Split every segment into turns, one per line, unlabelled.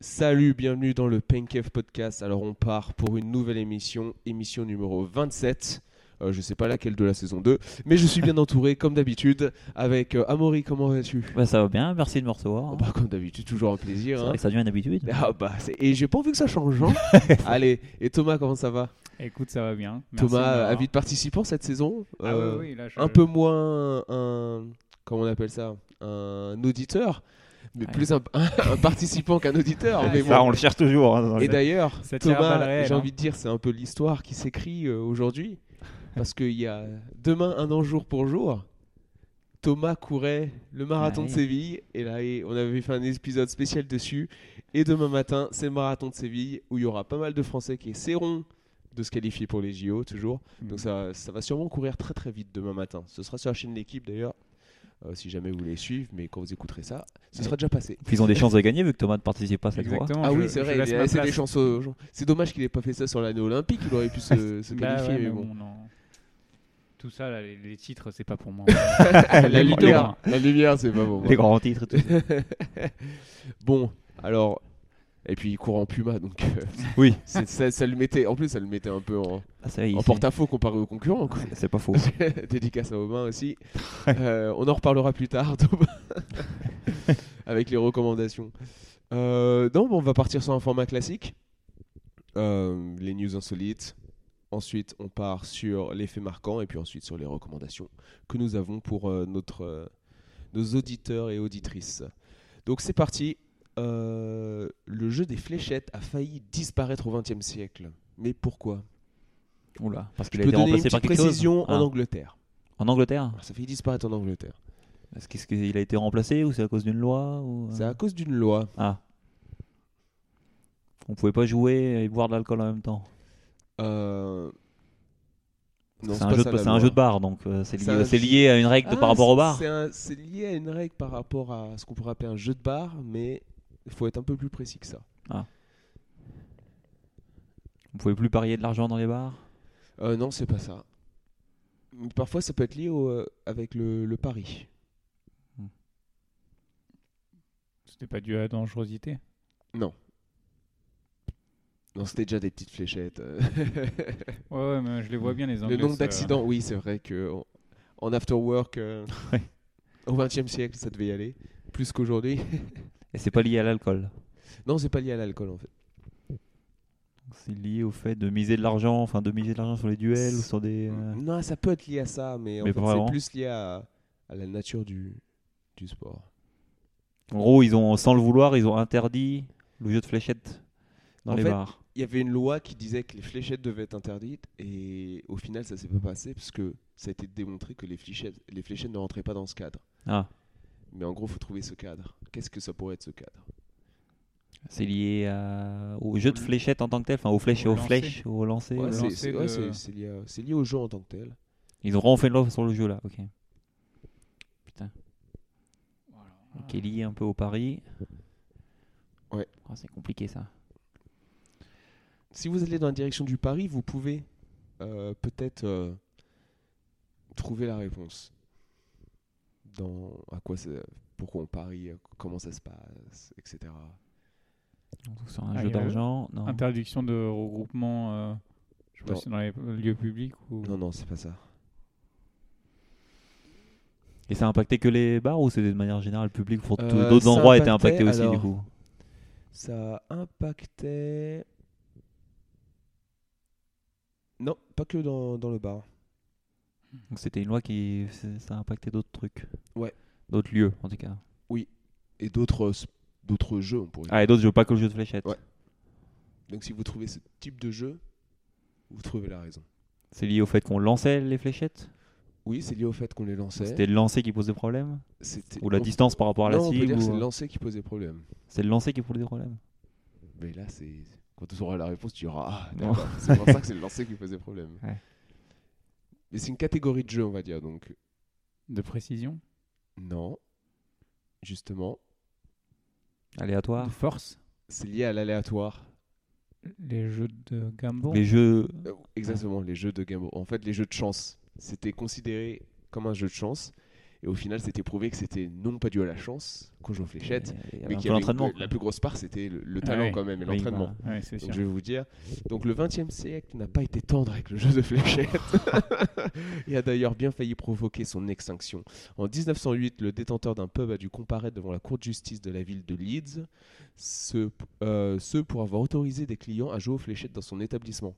Salut, bienvenue dans le Penkev Podcast. Alors on part pour une nouvelle émission, émission numéro 27. Euh, je sais pas laquelle de la saison 2, mais je suis bien entouré comme d'habitude avec euh, Amaury, comment vas-tu
Bah, ça va bien, merci de me recevoir. hein.
Oh, bah, Comme d'habitude, toujours un plaisir.
C'est
hein.
vrai que ça devient une habitude.
Ah bah, c'est- et j'ai pas envie que ça change. hein. Allez, et Thomas, comment ça va
Écoute, ça va bien. Merci de
Thomas,
m'avoir-
avis de participant cette saison
Ah
Euh,
oui, oui, là, je-
Un peu moins un. Comment on appelle ça Un auditeur mais
Ouais.
plus un, un participant qu'un auditeur.
Ah,
mais
ça,
bon.
Ça, on le cherche toujours. hein, dans
Et
le-
d'ailleurs,
ça tire à balles
Thomas,
réelles,
j'ai
hein.
envie de dire, c'est un peu l'histoire qui s'écrit euh, aujourd'hui. Parce qu'il y a demain, un an jour pour jour, Thomas courait le marathon
Ah
de
oui.
Séville. Et là, et on avait fait un épisode spécial dessus. Et demain matin, c'est le marathon de Séville où il y aura pas mal de Français qui essaieront de se qualifier pour les JO, toujours.
Mm.
Donc ça, ça va sûrement courir très très vite demain matin. Ce sera sur la chaîne de l'équipe d'ailleurs. euh, si jamais vous voulez suivre, mais quand vous écouterez ça, ce sera déjà passé.
Puis ils ont des chances de gagner vu que Thomas ne participe
hein.
pas cette fois.
Exactement.
Ah
je-
oui, c'est
je
vrai,
laisse
il a
ma
laissé des
place.
chances aux gens. C'est dommage qu'il ait pas fait ça sur l'année olympique, il aurait pu se, se
Bah ouais,
qualifier, mais
mais
bon.
bon, non. Tout ça, là, les, les titres, c'est pas pour moi.
la,
Les grands-
lumière, la lumière, c'est pas bon.
Les grands titres et tout.
Bon, alors. Et puis il court en Puma, donc euh,
Oui.
c'est- ça, ça le mettait. En plus, ça le mettait un peu en,
Ah, ça y est,
en
il sait.
porte-à-faux comparé aux concurrents. quoi.
C'est pas faux.
Dédicace à Aubin aussi. Euh, on en reparlera plus tard, Thomas, avec les recommandations. Euh, non, bon, on va partir sur un format classique. Euh, les news insolites. Ensuite, on part sur les faits marquants et puis ensuite sur les recommandations que nous avons pour euh, notre, euh, nos auditeurs et auditrices. Donc c'est parti. Euh, le jeu des fléchettes a failli disparaître au XXe siècle. Mais pourquoi
Oula, parce
Je
qu'il a
peux
été
donner une
remplacé par
petite
quelque chose.
précision
Ah,
en Angleterre.
en Angleterre
Ça fait disparaître en Angleterre.
Est-ce qu'il- est-ce qu'il a été remplacé ou c'est à cause d'une loi ou... euh,
C'est à cause d'une loi.
Ah. On pouvait pas jouer et boire de l'alcool en même temps.
Euh, non,
C'est
c'est
un,
pas
jeu
ça,
de-
la
c'est un
loi.
jeu de bar, donc euh, c'est
C'est
lié,
un
c'est
jeu-
lié à une règle de-
Ah,
par rapport au bar.
c'est un- C'est lié à une règle par rapport à ce qu'on pourrait appeler un jeu de bar, mais il faut être un peu plus précis que ça.
On pouvait plus parier de l'argent dans les bars.
Euh, non, c'est pas ça. Mais Parfois, ça peut être lié au, euh, avec le, le pari.
C'était pas dû à la dangerosité.
Non, c'était déjà des petites fléchettes. euh.
Ouais, ouais, mais je les vois bien, les Anglais.
le nombre
ça-
d'accidents, oui, c'est vrai que en, en after work, euh,
Ouais.
au XXe siècle, ça devait y aller, plus qu'aujourd'hui.
Et c'est pas lié à l'alcool.
non, c'est pas lié à l'alcool en fait.
C'est lié au fait de miser de l'argent, enfin de miser de l'argent sur les duels ou sur des. euh,
Non, ça peut être lié à ça, mais, en
Mais
fait,
pas
c'est
vraiment.
plus lié à, à la nature du, du sport.
En gros, ils ont, sans le vouloir, ils ont interdit le jeu de fléchettes dans
En
les
fait,
bars.
Il y avait une loi qui disait que les fléchettes devaient être interdites, et au final, ça s'est pas passé parce que ça a été démontré que les fléchettes, les fléchettes ne rentraient pas dans ce cadre.
Ah,
Mais en gros, faut trouver ce cadre. Qu'est-ce que ça pourrait être ce cadre
c'est lié à- au jeu de fléchettes en tant que tel, enfin aux flèches,
Au
aux
lancer.
flèches, au lancer.
Ouais,
au
c'est-
lancer.
lancer
C'est
de-
ouais, c'est- c'est lié, à- c'est lié au jeu en tant que tel.
Ils ont vraiment fait une loi sur le jeu là. Ok. Putain.
Voilà.
Qui est lié un peu au pari.
Ouais.
Ah, c'est compliqué ça.
Si vous allez dans la direction du pari, vous pouvez euh, peut-être euh, trouver la réponse. Dans à quoi ça- pourquoi on parie, euh, comment ça se passe, etc.
Donc, Sur un
Ah,
jeu
il y a-
d'argent, non.
Interdiction de regroupement, euh, je sais pas
Non.
si c'est dans les lieux publics ou.
Non, non, c'est pas ça.
Et ça a impacté que les bars ou c'est de manière générale le public pour tout-
Euh,
d'autres
ça
endroits étaient
impactait,
impactés aussi du
alors,
coup.
Ça impactait. Non, pas que dans, dans le bar.
Donc c'était une loi qui c'est- ça a impacté d'autres trucs.
Ouais.
D'autres lieux en tout cas.
Et d'autres euh, sp- d'autres jeux, on pourrait dire.
Ah et d'autres jeux, pas que le jeu de fléchettes.
Ouais.
Ah.
Donc si vous trouvez ce type de jeu, vous trouvez la raison.
C'est lié au fait qu'on lançait les fléchettes.
Oui, c'est lié au fait qu'on les lançait.
C'était le lancer qui posait problème
C'était-
ou la
on-
distance par rapport à la
Non, on peut
cible.
dire que c'est
ou-
le lancer qui posait problème.
C'est le lancer qui posait problème.
Mais là, c'est quand tu auras la réponse, tu diras ah,
Non.
d'accord. c'est pour ça que c'est le lancer qui faisait problème.
Ouais.
Mais c'est une catégorie de jeu, on va dire. Donc
De précision
non, justement,
Aléatoire.
Ah.
De force
c'est lié à l'aléatoire.
Les jeux de Gambo
Les jeux.
Euh, Exactement, les jeux de Gambo. En fait, les jeux de chance, c'était considéré comme un jeu de chance. Et au final, c'était prouvé que c'était non pas dû à la chance, qu'aux gens fléchettes,
Il y avait
mais
un
qu'il y avait
peu
une-
l'entraînement. Ah
la plus grosse part, c'était le, le talent
ouais.
quand même et
Oui,
l'entraînement.
bah,
Ah Ouais, c'est
Donc
sûr.
je vais vous dire. Donc le 20e siècle n'a pas été tendre avec le jeu de fléchettes et a d'ailleurs bien failli provoquer son extinction. En 1908, le détenteur d'un pub a dû comparaître devant la cour de justice de la ville de Leeds, ce, euh, ce pour avoir autorisé des clients à jouer aux fléchettes dans son établissement.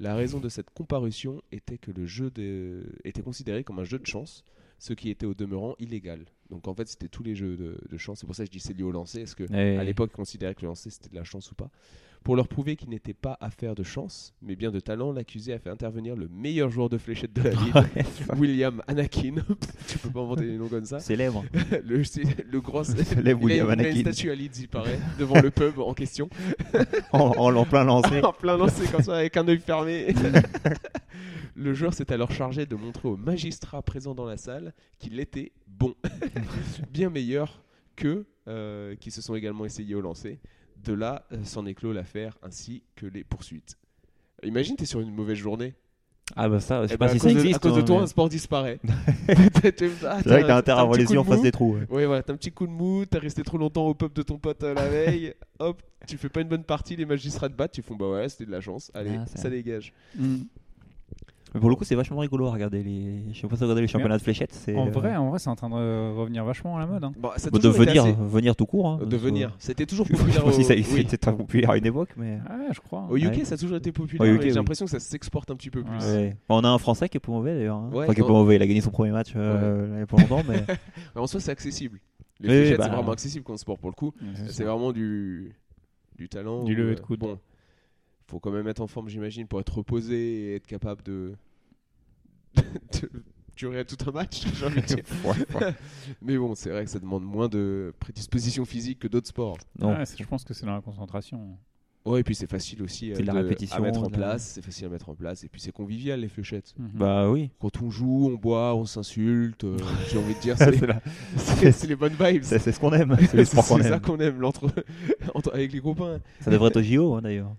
La raison de cette comparution était que le jeu de- était considéré comme un jeu de chance, ce qui était au demeurant illégal. Donc en fait, c'était tous les jeux de, de chance. C'est pour ça que je dis c'est lié au lancer. Est-ce que
Ouais.
à l'époque, ils considéraient que le lancer c'était de la chance ou pas. Pour leur prouver qu'il n'était pas affaire de chance, mais bien de talent, l'accusé a fait intervenir le meilleur joueur de fléchettes de la ville,
Ouais,
William Anakin. tu peux pas inventer des noms comme ça.
Célèbre.
Le, c'est- le gros.
Célèbre
il a-
William
il a une
Anakin.
statue à Leeds, il paraît, devant le pub en question,
en, en, en plein lancé.
en plein lancer comme ça, avec un œil fermé. le joueur s'est alors chargé de montrer au magistrat présent dans la salle qu'il était bon, bien meilleur que euh, qui se sont également essayés au lancer. De là, euh, s'en éclot l'affaire ainsi que les poursuites. Imagine, t'es sur une mauvaise journée.
Ah bah ça, je
Eh
sais pas
ben,
si
à
ça
cause de-
existe.
à cause de
hein,
toi,
mais-
un sport disparaît.
C'est vrai que t'as intérêt à avoir les yeux en face des trous. ouais.
Oui, voilà, t'as un petit coup de mou, t'as resté trop longtemps au pub de ton pote euh, la veille, hop, tu fais pas une bonne partie, les magistrats te battent, tu font bah ouais, c'était de la chance, allez,
Ah, c'est
ça dégage.
Mm.
Mais pour le coup, c'est vachement rigolo à regarder les. Je sais pas si vous regardez les championnats de fléchettes. c'est,
En
euh,
vrai, en vrai, c'est en train de euh, revenir vachement à la mode. hein.
Bon, ça a
bon, de
toujours été
venir,
assez-
venir tout court. hein,
de
parce que-
venir. C'était toujours
Je sais
populaire.
pas si
au-
ça
oui.
c'était très populaire à une époque, mais.
Ah, je crois. hein.
Au UK,
Ouais.
ça a toujours été populaire.
Au UK,
mais j'ai
oui.
l'impression que ça s'exporte un petit peu plus.
Ouais.
Ouais. On a un Français qui est pas mauvais d'ailleurs. hein.
Ouais, oh.
enfin, qui est
on-
pas mauvais. Il a gagné son premier match euh, il y a pas longtemps, mais
Mais en soi, c'est accessible. Les
Oui,
fléchettes,
bah.
c'est vraiment accessible comme sport pour le coup.
Ouais,
C'est vraiment du, du talent.
Du
ou,
lever
euh,
de coude.
Bon, faut quand même être en forme, j'imagine, pour être reposé et être capable de. de durer tout un match, j'ai envie de dire. Mais bon, c'est vrai que ça demande moins de prédisposition physique que d'autres sports.
non.
Ah, c'est- je pense que c'est dans la concentration.
Ouais, et puis c'est facile aussi euh,
C'est de la
de-
répétition,
à mettre en
de la-
place. C'est facile à mettre en place. Et puis c'est convivial, les fléchettes.
Mhm.
Bah oui.
Quand on joue, on boit, on s'insulte. euh, j'ai envie de dire, c'est
la-
C'est c'est les bonnes vibes.
c'est- c'est ce qu'on aime. C'est le
C'est
sport qu'on
c'est ça
aime.
qu'on aime, l'entre entre- avec les copains.
Ça devrait être au JO hein, d'ailleurs.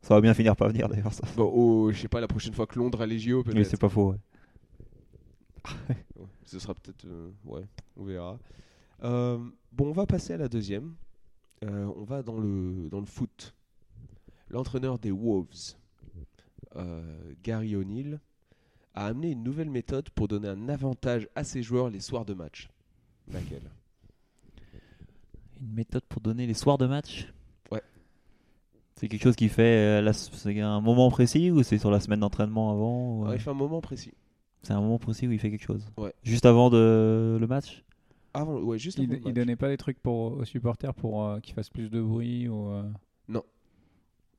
Ça va bien finir par venir d'ailleurs. Ça.
Bon, oh, je sais pas, la prochaine fois que Londres a les JO,
Mais
peut-être.
c'est pas faux. ouais.
Ouais, Ce sera peut-être. euh, ouais, on verra. Euh, bon, on va passer à la deuxième. Euh, on va dans le, dans le foot. L'entraîneur des Wolves, euh, Gary O'Neill, a amené une nouvelle méthode pour donner un avantage à ses joueurs les soirs de match. Laquelle
Une méthode pour donner les soirs de match
Ouais.
C'est quelque chose qui fait euh, la- c'est un moment précis ou c'est sur la semaine d'entraînement avant ou, euh,
Alors, Il fait un moment précis.
C'est un moment précis où il fait quelque chose
Ouais.
Juste avant de, le match
Avant, ouais, juste avant
Il,
le
il
match.
donnait pas des trucs pour, aux supporters pour euh, qu'ils fassent plus de bruit ou. euh,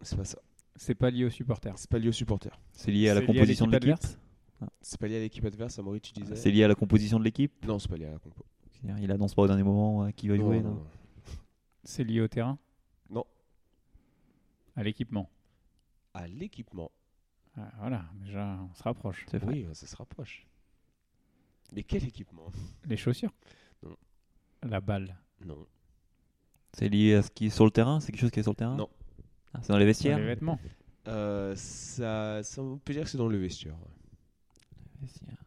C'est pas ça.
C'est pas lié aux supporters.
C'est pas lié aux supporters.
C'est lié à la
C'est lié à
composition de
l'équipe
l'équipe
adverse
C'est pas lié à l'équipe adverse, Amaury, tu disais
C'est lié à la composition de l'équipe
Non, c'est pas lié à la compo.
C'est-à-dire, Il annonce pas au dernier moment euh, qui va
Non,
jouer
non,
non
non.
C'est lié au terrain
Non.
À l'équipement.
À l'équipement.
Ah, voilà, déjà, on se rapproche.
C'est vrai.
Oui, euh, ça se rapproche. Mais quel équipement
Les chaussures
Non.
La balle.
Non.
C'est lié à ce qui est sur le terrain C'est quelque chose qui est sur le terrain
Non.
Ah, c'est dans les
Dans
vestiaires
Les vêtements.
Euh, ça, ça, on peut dire que c'est dans le vestiaire. ouais.
Vestiaires.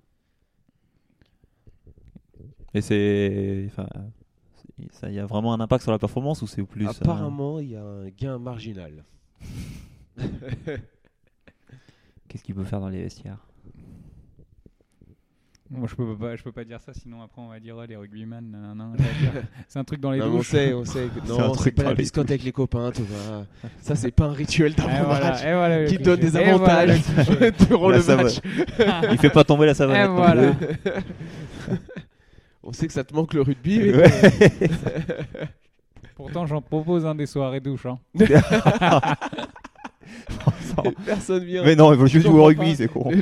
Et c'est. Enfin. euh, c'est- ça- Il y a vraiment un impact sur la performance ou c'est plus. euh,
Apparemment, il y a un gain marginal.
Qu'est-ce qu'il peut faire dans les vestiaires
Moi, je peux pas, je peux pas dire ça, sinon après on va dire oh, les rugbyman. nan, nan, nan, nan. c'est un truc dans les
Non, mais on
douches.
sait, on sait. que-
C'est un
Non, c'est
truc
pas
dans
la
les Eh,
biscotte avec les copains, Thomas. Ça, c'est pas un rituel
Et voilà,
d'avant-match
et voilà le
qui
cliché.
donne des
Et voilà le
avantages
cliché.
durant
La
Oh, le
savane.
match.
Il fait pas tomber la savane.
Et voilà.
On sait que ça te manque le rugby. mais-
Pourtant, j'en propose un des soirées douches. hein.
Personne vient.
Mais non, ils veulent juste
Je
jouer au
comprends pas.
rugby, c'est con.
Ouais.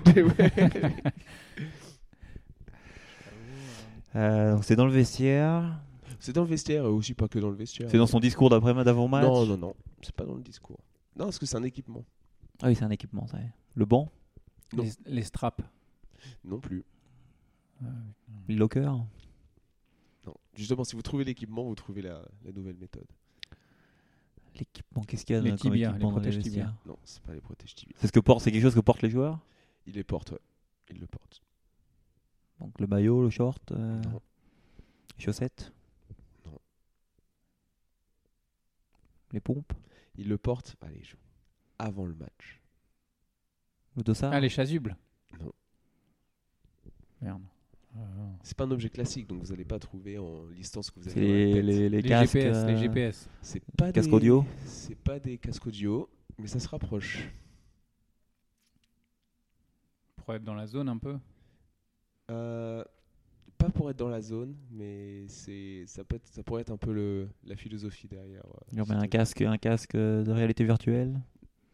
Euh, donc c'est dans le vestiaire.
C'est dans le vestiaire et aussi pas que dans le vestiaire.
C'est dans son discours d'après d'avant match.
Non, non, non. C'est pas dans le discours. Non, parce que c'est un équipement.
Ah oui, c'est un équipement, ça. ouais. Le banc,
Non.
Les, les straps.
Non plus.
le locker.
Non. Justement, si vous trouvez l'équipement, vous trouvez la, la nouvelle méthode.
L'équipement, qu'est-ce qu'il y a
Les
dans- comme
tibias,
équipement
les
dans
protèges
vestiaires
tibias.
Non, c'est pas les protèges tibiers.
C'est ce que porte, c'est quelque chose que portent les joueurs.
Il les porte, ouais. Il le porte.
Donc le maillot, le short, euh,
Non.
les chaussettes
Non.
Les pompes
Il le porte, allez, je- avant le match.
Le dossard
Ah, les chasubles
Non.
Merde.
Ah.
C'est pas un objet classique, donc vous allez pas trouver en listant ce que vous
C'est
avez dans la
les,
tête.
les, les
Les,
casques
GPS, les
euh,
GPS.
C'est pas
casques
des...
audio
C'est pas des casques audio, mais ça se rapproche.
Pour être dans la zone un peu.
Euh, pas pour être dans la zone, mais c'est ça peut être, ça pourrait être un peu le, la philosophie derrière. euh,
Non,
ce
mais un
truc.
casque, un casque euh, de réalité virtuelle.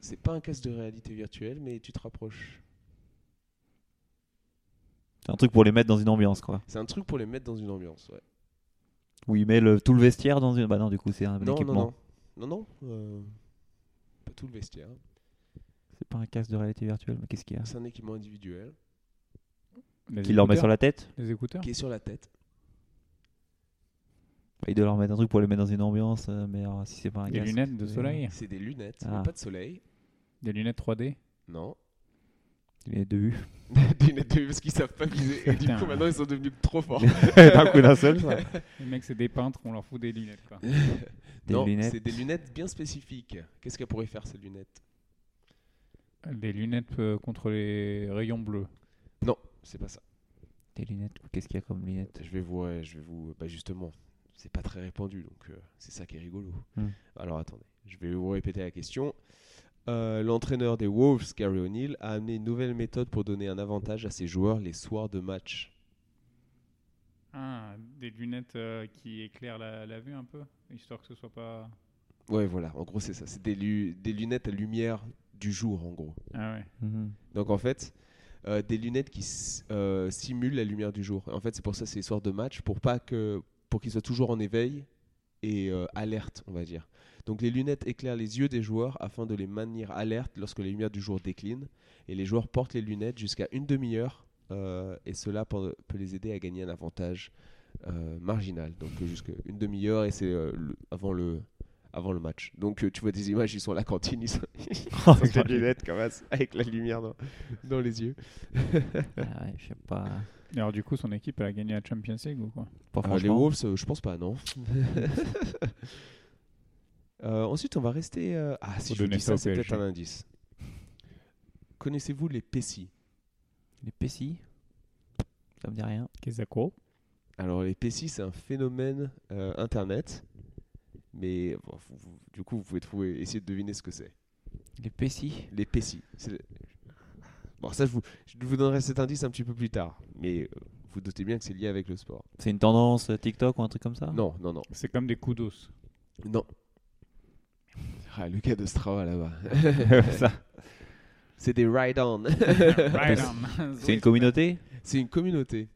C'est pas un casque de réalité virtuelle, mais tu te rapproches.
C'est un truc pour les mettre dans une ambiance, quoi.
C'est un truc pour les mettre dans une ambiance. Ouais.
Où il met le, tout le vestiaire dans une. Bah non, du coup, c'est un
Non, non,
équipement.
non, non, non, euh, pas tout le vestiaire.
C'est pas un casque de réalité virtuelle, mais qu'est-ce qu'il y a
C'est un équipement individuel
Qu'il leur met sur la tête
Les écouteurs
qui est sur la tête.
Bah, Il doit leur mettre un truc pour les mettre dans une ambiance, euh, mais alors, si c'est pas un
Des
casque,
lunettes de
c'est-
soleil
C'est des lunettes, mais
Ah.
pas de soleil.
Des lunettes 3D
Non,
Des lunettes de vue.
des lunettes de parce qu'ils savent pas viser. Et du
Putain.
coup, maintenant, ils sont devenus trop forts.
D'un coup d'un seul, ça.
Les mecs, c'est des peintres, on leur fout des lunettes. Quoi.
Des
non,
lunettes.
c'est des lunettes bien spécifiques. Qu'est-ce qu'elles pourraient faire ces lunettes
Des lunettes euh, contre les rayons bleus.
Non, c'est pas ça.
Des lunettes. Qu'est-ce qu'il y a comme lunettes
Je vais vous, ouais, je vais vous, bah justement, c'est pas très répandu, donc euh, c'est ça qui est rigolo.
Hmm.
Alors attendez, je vais vous répéter la question. Euh, L'entraîneur des Wolves, Gary O'Neill, a amené une nouvelle méthode pour donner un avantage à ses joueurs les soirs de match.
Ah, des lunettes euh, qui éclairent la, la vue un peu, histoire que ce soit pas.
Ouais, voilà, en gros c'est ça, c'est des, lu- des lunettes à lumière du jour, en gros.
Ah ouais.
Mhm.
Donc en fait, euh, des lunettes qui s- euh, simulent la lumière du jour. En fait, c'est pour ça c'est les soirs de match, pour pas que pour qu'ils soient toujours en éveil et euh, alerte, on va dire. Donc les lunettes éclairent les yeux des joueurs afin de les maintenir alertes lorsque la lumière du jour décline. Et les joueurs portent les lunettes jusqu'à une demi-heure euh, et cela pe- peut les aider à gagner un avantage euh, marginal. Donc euh, jusqu'à une demi-heure et c'est euh, le- avant le avant le match. Donc euh, tu vois des images, ils sont à la cantine, ils sont,
Oh,
avec les lunettes comme ça, avec la lumière dans, dans les yeux.
Ah ouais, je sais pas.
Alors, du coup, son équipe elle a gagné la Champions League ou quoi
Pas
Euh, les
franchement.
Wolves, euh, je pense pas, non. Euh, ensuite, on va rester. euh, Ah, si
Faut
je vous
donner
dis
ça
ça,
au
c'est peut-être
PSG.
un indice. Connaissez-vous les Pessis
Les Pessis Ça me dit rien.
Kezako.
Alors, les Pessis, c'est un phénomène euh, internet. Mais bon, vous- vous- du coup, vous pouvez trouver, essayer de deviner ce que c'est.
Les Pessis
Les Pessis. c'est le- Bon, ça, je vous, je vous donnerai cet indice un petit peu plus tard. Mais euh, vous doutez bien que c'est lié avec le sport.
C'est une tendance euh, TikTok ou un truc comme ça
Non, non, non.
C'est comme des coups d'os.
Non. Ah, le cas de Strava là-bas.
Ça.
C'est des ride-on.
Right on.
C'est une communauté
C'est une communauté.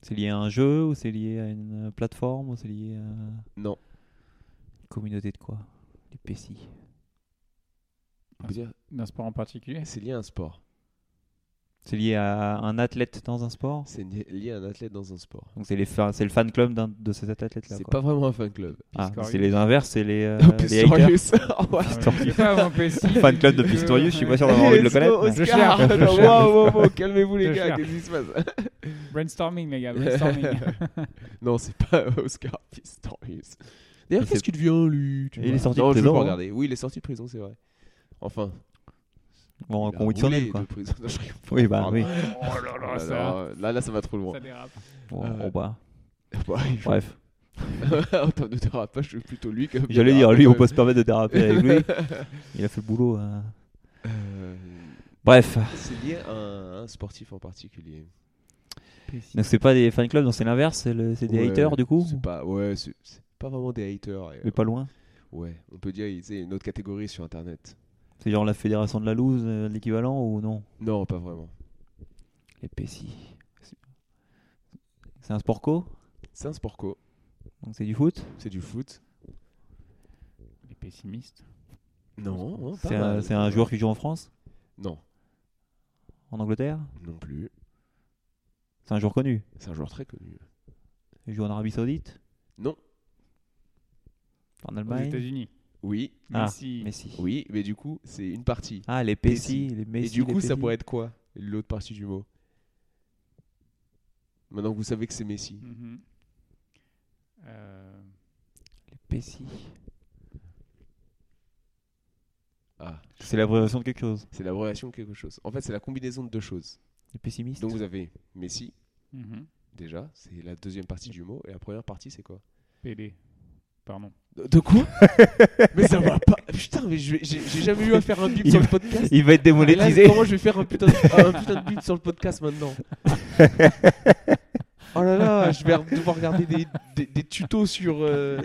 C'est lié à un jeu ou c'est lié à une euh, plateforme ou c'est lié à une
Non.
communauté de quoi Les Pessis. Ah.
On peut dire,
D'un sport en particulier
C'est lié à un sport.
C'est lié à un athlète dans un sport
C'est ni- lié à un athlète dans un sport.
Donc c'est les fa- c'est le fan club d'un- de cet athlète là
C'est pas vraiment un fan club.
Ah,
Pistorius.
c'est les inverses, c'est les, euh, les haters.
Pistorius. Oh, ouais.
Ah ouais, je sais pas, mon Pessi.
Fan club de Pistorius, je suis pas sûr d'avoir envie de le
Let's go,
connaître. mais-
Je
Oscar.
cherche, je
Non,
cherche.
wow, wow, wow, calmez-vous les
Je
gars,
cherche.
qu'est-ce qui se passe
Brainstorming, les gars, brainstorming.
Oh
Non, c'est pas Oscar Pistorius. D'ailleurs,
Mais
qu'est-ce
c'est-
qu'il devient lui tu
Il est
vois
sorti de
non, je veux
prison,
pas
hein.
regarder. Oui, il est sorti de prison, c'est vrai. Enfin,
Bon,
il a
qu'on roule sur
roulé
lui, quoi.
de prison. Non, je rigole.
Oui, bah
Pardon.
oui.
oh là
Oh là
là, ça,
là, là, là, ça va trop loin.
ça dérape.
Bon,
Euh,
bon, bah,
Bon, il-
bref.
en termes de dérapage, je suis plutôt lui. que
J'allais
Bernard,
dire, lui,
quand
on
même.
peut se permettre de déraper avec lui. Il a fait le boulot. euh.
Euh,
Bref.
c'est lié à un, à un sportif en particulier.
Donc c'est pas des fan clubs, donc c'est l'inverse, c'est le- c'est des
Ouais,
haters du coup
c'est pas, Ouais, c'est c'est pas vraiment des haters. et,
Mais pas loin.
euh, Ouais, on peut dire qu'ils une autre catégorie sur Internet.
C'est genre la fédération de la loose, euh, l'équivalent ou non
Non, pas vraiment.
Les Pessis. C'est un sport co
C'est un sport co,
Donc c'est du foot
c'est du foot.
Les pessimistes.
Non, hein, pas
C'est un,
mal.
c'est un joueur qui joue en France
Non,
En Angleterre
non plus.
C'est un joueur connu
C'est un joueur très connu.
Il joue en Arabie Saoudite
Non.
En
Aux
Allemagne
États-unis.
Oui,
Ah,
Messi.
Messi.
oui, mais du coup, c'est une partie.
Ah, les Pessis, les Messi.
Et du
les
coup, ça
Pessis.
pourrait être quoi L'autre partie du mot Maintenant que vous savez que c'est Messi.
Mhm. Euh,
Les Pessi.
Ah,
C'est l'abréviation de quelque chose.
c'est l'abréviation de quelque chose. En fait, c'est la combinaison de deux choses.
Les pessimistes.
Donc vous avez Messi,
mhm.
déjà, c'est la deuxième partie du mot. Et la première partie, c'est quoi
Pélé. Pardon.
De de quoi Mais ça va pas. Putain, mais je vais- j'ai j'ai jamais eu à faire un bip
Il
sur le
va-
podcast.
Il va être
Et Ah, là,
démonétisé.
comment je vais faire un putain, de, un putain de bip sur le podcast maintenant Oh là là, je vais devoir regarder des, des- des tutos sur, euh,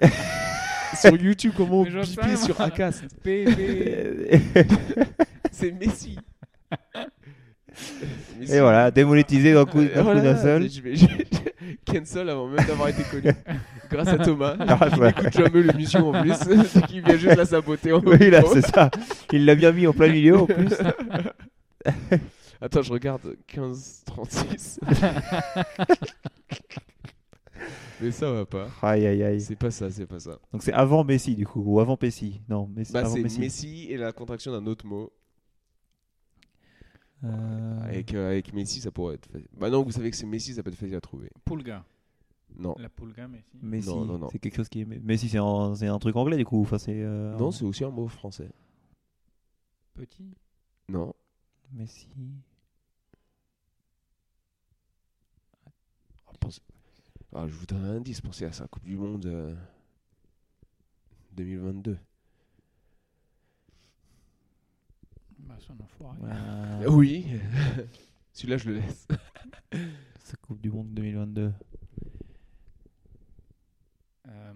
sur YouTube comment
Mais j'en sais
biper
rien,
sur
moi.
Acast.
Pélé.
Et
C'est Messi. Messi.
voilà, démonétisé d'un coup
Euh,
d'un coup
voilà,
d'un seul.
je vais- je- je- cancel avant même d'avoir été connu. Grâce à Thomas.
Ah,
Il
bah.
n'écoute jamais l'émission en plus. C'est qu'il vient juste la saboter. en
Oui, là,
gros.
c'est ça. Il l'a bien mis en plein milieu en plus.
Attends, je regarde 15-36. Mais ça va pas.
Aïe, aïe, aïe.
C'est pas ça, c'est pas ça.
Donc c'est avant Messi du coup, ou avant Pessi. Non, Messi,
Bah,
avant
c'est
Messi.
Messi. et la contraction d'un autre mot.
Euh,
Avec, euh, avec Messi, ça pourrait être. facile. Bah non, vous savez que c'est Messi, ça peut être facile à trouver.
Pulga.
Non.
La Pulga, mais si.
Messi,
Non, non, non.
c'est quelque chose qui est... Messi, c'est un, c'est un truc anglais du coup. Enfin, c'est, euh,
Non, c'est aussi un mot français.
Petit.
Non.
Messi.
Ah, pensez- Ah, je vous donne un indice. Pensez à ça. Coupe du Monde euh, 2022.
Bah, c'est un enfoiré.
Voilà.
Ah Euh, Oui. Celui-là, je le laisse.
C'est la Coupe du Monde 2022.
Euh,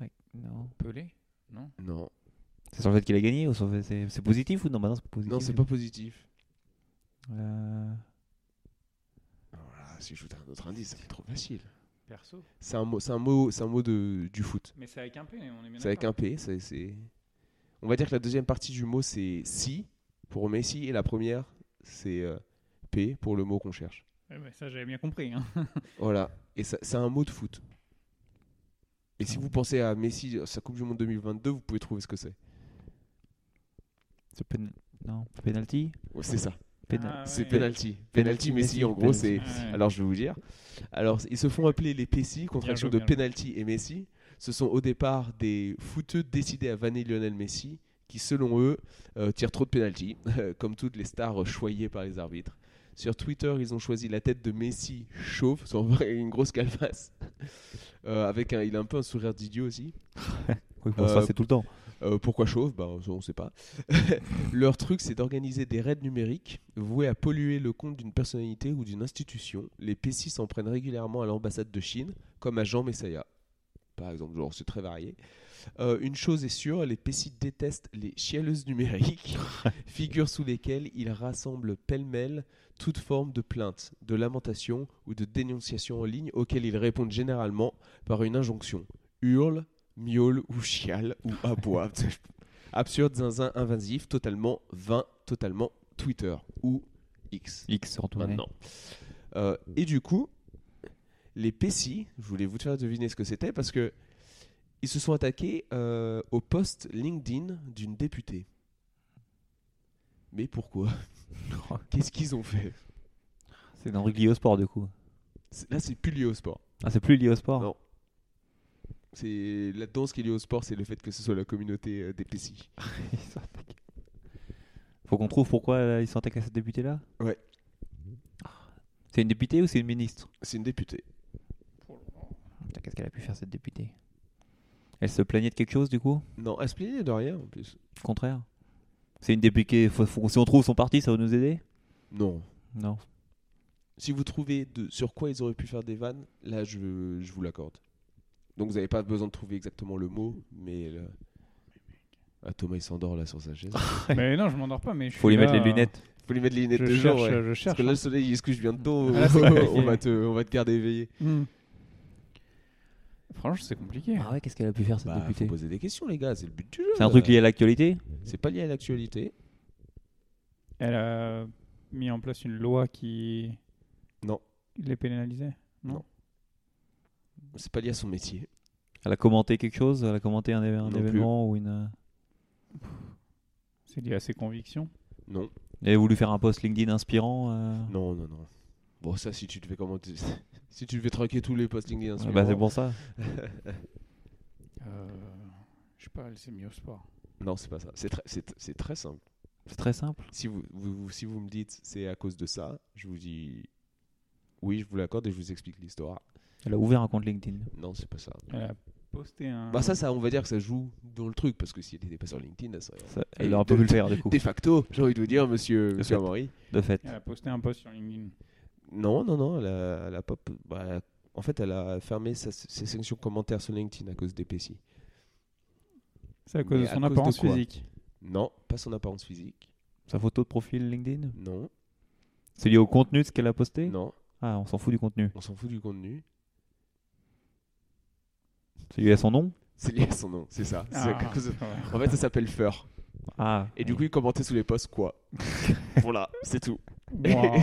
Ouais, non.
Pelé Non
Non.
C'est sur le fait qu'il a gagné ou sur le fait- c'est, c'est positif ou non bah Non, c'est pas positif.
Non, c'est pas positif.
Euh,
Voilà, si je vous donne un autre indice, ça fait trop facile.
Perso.
C'est un mot, c'est un mot, c'est un mot de, du foot.
Mais c'est avec un P, on est bien
C'est avec
d'accord.
un P. c'est- C'est. On va dire que la deuxième partie du mot c'est si pour Messi et la première c'est euh, P pour le mot qu'on cherche.
Ouais, mais Eh ben, ça, j'avais bien compris. hein.
Voilà. Et ça- c'est un mot de foot. Et
Ah
si vous pensez à Messi, sa Coupe du Monde 2022, vous pouvez trouver ce que c'est.
c'est pen- Non, penalty.
Ouais, c'est ça.
Penal-
Ah,
C'est
ouais.
penalty.
Penalty
Penalty Messi,
Messi,
en gros,
penalty
c'est.
Messi.
Ouais.
Alors, je vais vous dire. Alors, ils se font appeler les PSI, contraction
joué,
de
bien joué.
penalty et Messi. Ce sont au départ des footeux décidés à vanner Lionel Messi, qui, selon eux, euh, tirent trop de penalty, comme toutes les stars choyées par les arbitres. Sur Twitter, ils ont choisi la tête de Messi chauve, sans vrai, une grosse calvasse. Euh, avec un, il a un peu un sourire d'idiot aussi.
Oui, bon,
Euh,
ça c'est tout le temps.
Euh, pourquoi chauve Bah, on on sait pas. Leur truc, c'est d'organiser des raids numériques voués à polluer le compte d'une personnalité ou d'une institution. Les PC s'en prennent régulièrement à l'ambassade de Chine, comme à Jean Messaya. Par exemple, genre, c'est très varié. Euh, une chose est sûre, les PC détestent les chialeuses numériques, figures sous lesquelles ils rassemblent pêle-mêle toute forme de plainte, de lamentation ou de dénonciation en ligne auxquelles ils répondent généralement par une injonction. Hurle, miaule ou chiale ou aboie. Absurde, zinzin, invasif, totalement vain, totalement Twitter ou X Bah,
X en tout cas.
maintenant. Euh, et du coup, les Pessi, je voulais vous faire deviner ce que c'était parce que ils se sont attaqués euh, au post LinkedIn d'une députée. Mais pourquoi Qu'est-ce qu'ils ont fait
C'est dans le lié au sport du coup.
C'est- Là, c'est plus lié au sport.
Ah, c'est plus lié au sport.
Non. C'est là-dedans ce qui est lié au sport, c'est le fait que ce soit la communauté euh, des Pessi.
Ils sont attaqués. Faut qu'on trouve pourquoi euh, ils sont attaqués à cette députée là
Ouais.
C'est une députée ou c'est une ministre
C'est une députée.
Putain, Qu'est-ce qu'elle a pu faire cette députée Elle se plaignait de quelque chose du coup
Non, elle se plaignait de rien en plus.
Au contraire C'est une députée. faut- faut- si on trouve son parti, ça va nous aider
Non.
Non.
Si vous trouvez de, sur quoi ils auraient pu faire des vannes, là je, je vous l'accorde. Donc vous n'avez pas besoin de trouver exactement le mot, mais. le- Ah, Thomas il s'endort là sur sa chaise.
mais non, je m'endors pas, mais je
Faut
suis
lui mettre
là,
les lunettes.
Faut lui mettre les
euh,
lunettes
Je
de
cherche,
jour, ouais.
je
Parce
cherche. hein.
que là le soleil il se couche bientôt,
Ah, là, c'est compliqué.
on, va te, on va te garder éveillé.
Hmm. Franchement, c'est compliqué.
Ah ouais, qu'est-ce qu'elle a pu faire cette
Bah, faut
députée
poser euh, des questions les gars, c'est le but du jeu.
C'est un
là.
truc lié à l'actualité
C'est pas lié à l'actualité.
Elle a mis en place une loi qui.
Non.
Les pénalisait.
C'est pas lié à son métier.
Elle a commenté quelque chose Elle a commenté un, é- un
Non plus.
événement ou une. euh,
C'est lié à ses convictions.
Non,
Elle a voulu faire un post LinkedIn inspirant euh,
non, non, non. Bon, ça, si tu te fais commenter, si tu te fais traquer tous les postings des
Ah bah, c'est pour ça.
Euh, je sais pas, elle s'est mise au sport.
Non, c'est pas ça. C'est très, c'est- c'est très simple.
C'est très simple.
Si vous, vous- vous- si vous me dites c'est à cause de ça, je vous dis oui, je vous l'accorde et je vous explique l'histoire.
Elle a ouvert un compte LinkedIn.
Non, c'est pas ça.
Elle a posté un.
Bah ça, ça, on va dire que ça joue dans le truc parce que si elle n'était pas sur LinkedIn, ça serait.
Ça,
Et
elle aurait pas
de-
pu le faire du coup.
De facto, j'ai envie de vous dire, monsieur,
De
monsieur
fait.
Amaury.
De fait.
Elle a posté un post sur LinkedIn.
Non, non, non, elle a, elle a pas. bah, elle a- en fait, elle a fermé sa- ses sections commentaires sur LinkedIn à cause des PC.
C'est à cause
Mais
de
à
son
cause de
apparence
quoi
physique.
Non, pas son apparence physique.
Sa photo de profil LinkedIn
Non,
C'est lié au contenu de ce qu'elle a posté
non,
Ah, on s'en fout du contenu.
on s'en fout du contenu.
C'est lié à son nom
C'est lié à son nom, c'est ça. C'est à
Ah,
cause de-
ouais.
En fait, ça s'appelle Fur.
Ah.
Et du coup, il commentait sous les posts quoi. voilà, c'est tout.
Wow.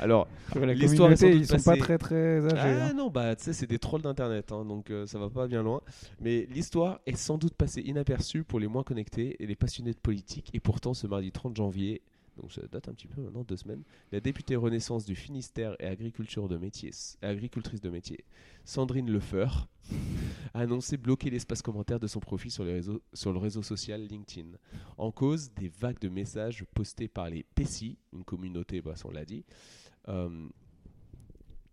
Alors,
Sur la
L'histoire est sans
communauté,
doute
ils sont pas
passée.
très très âgés.
ah
hein.
non, bah tu sais, c'est des trolls d'internet, hein, donc euh, ça va pas bien loin. Mais l'histoire est sans doute passée inaperçue pour les moins connectés et les passionnés de politique. Et pourtant, ce mardi 30 janvier, donc ça date un petit peu maintenant, deux semaines, la députée Renaissance du Finistère et agriculture de métier, agricultrice de métier, Sandrine Lefeur, a annoncé bloquer l'espace commentaire de son profil sur, les réseaux, sur le réseau social LinkedIn. En cause des vagues de messages postés par les PECI, une communauté, bah, ça, on l'a dit, euh,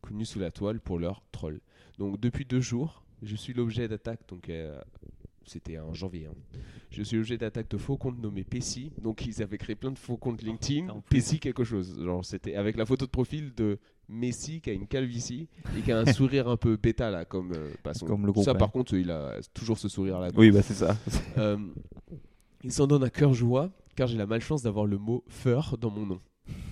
connue sous la toile pour leurs trolls. Donc depuis deux jours, je suis l'objet d'attaques, donc euh, c'était en janvier, hein. je suis l'objet d'attaques de faux comptes nommés PECI, donc ils avaient créé plein de faux comptes LinkedIn,
Ah, en plus.
PECI quelque chose, genre c'était avec la photo de profil de Messi qui a une calvitie et qui a un sourire un peu bêta là, comme, euh, bah, son-
Comme le groupe,
Ça
ouais.
par contre, il a toujours ce sourire là.
Oui, bah c'est ça.
Euh, il s'en donne à cœur joie, car j'ai la malchance d'avoir le mot fur dans mon nom,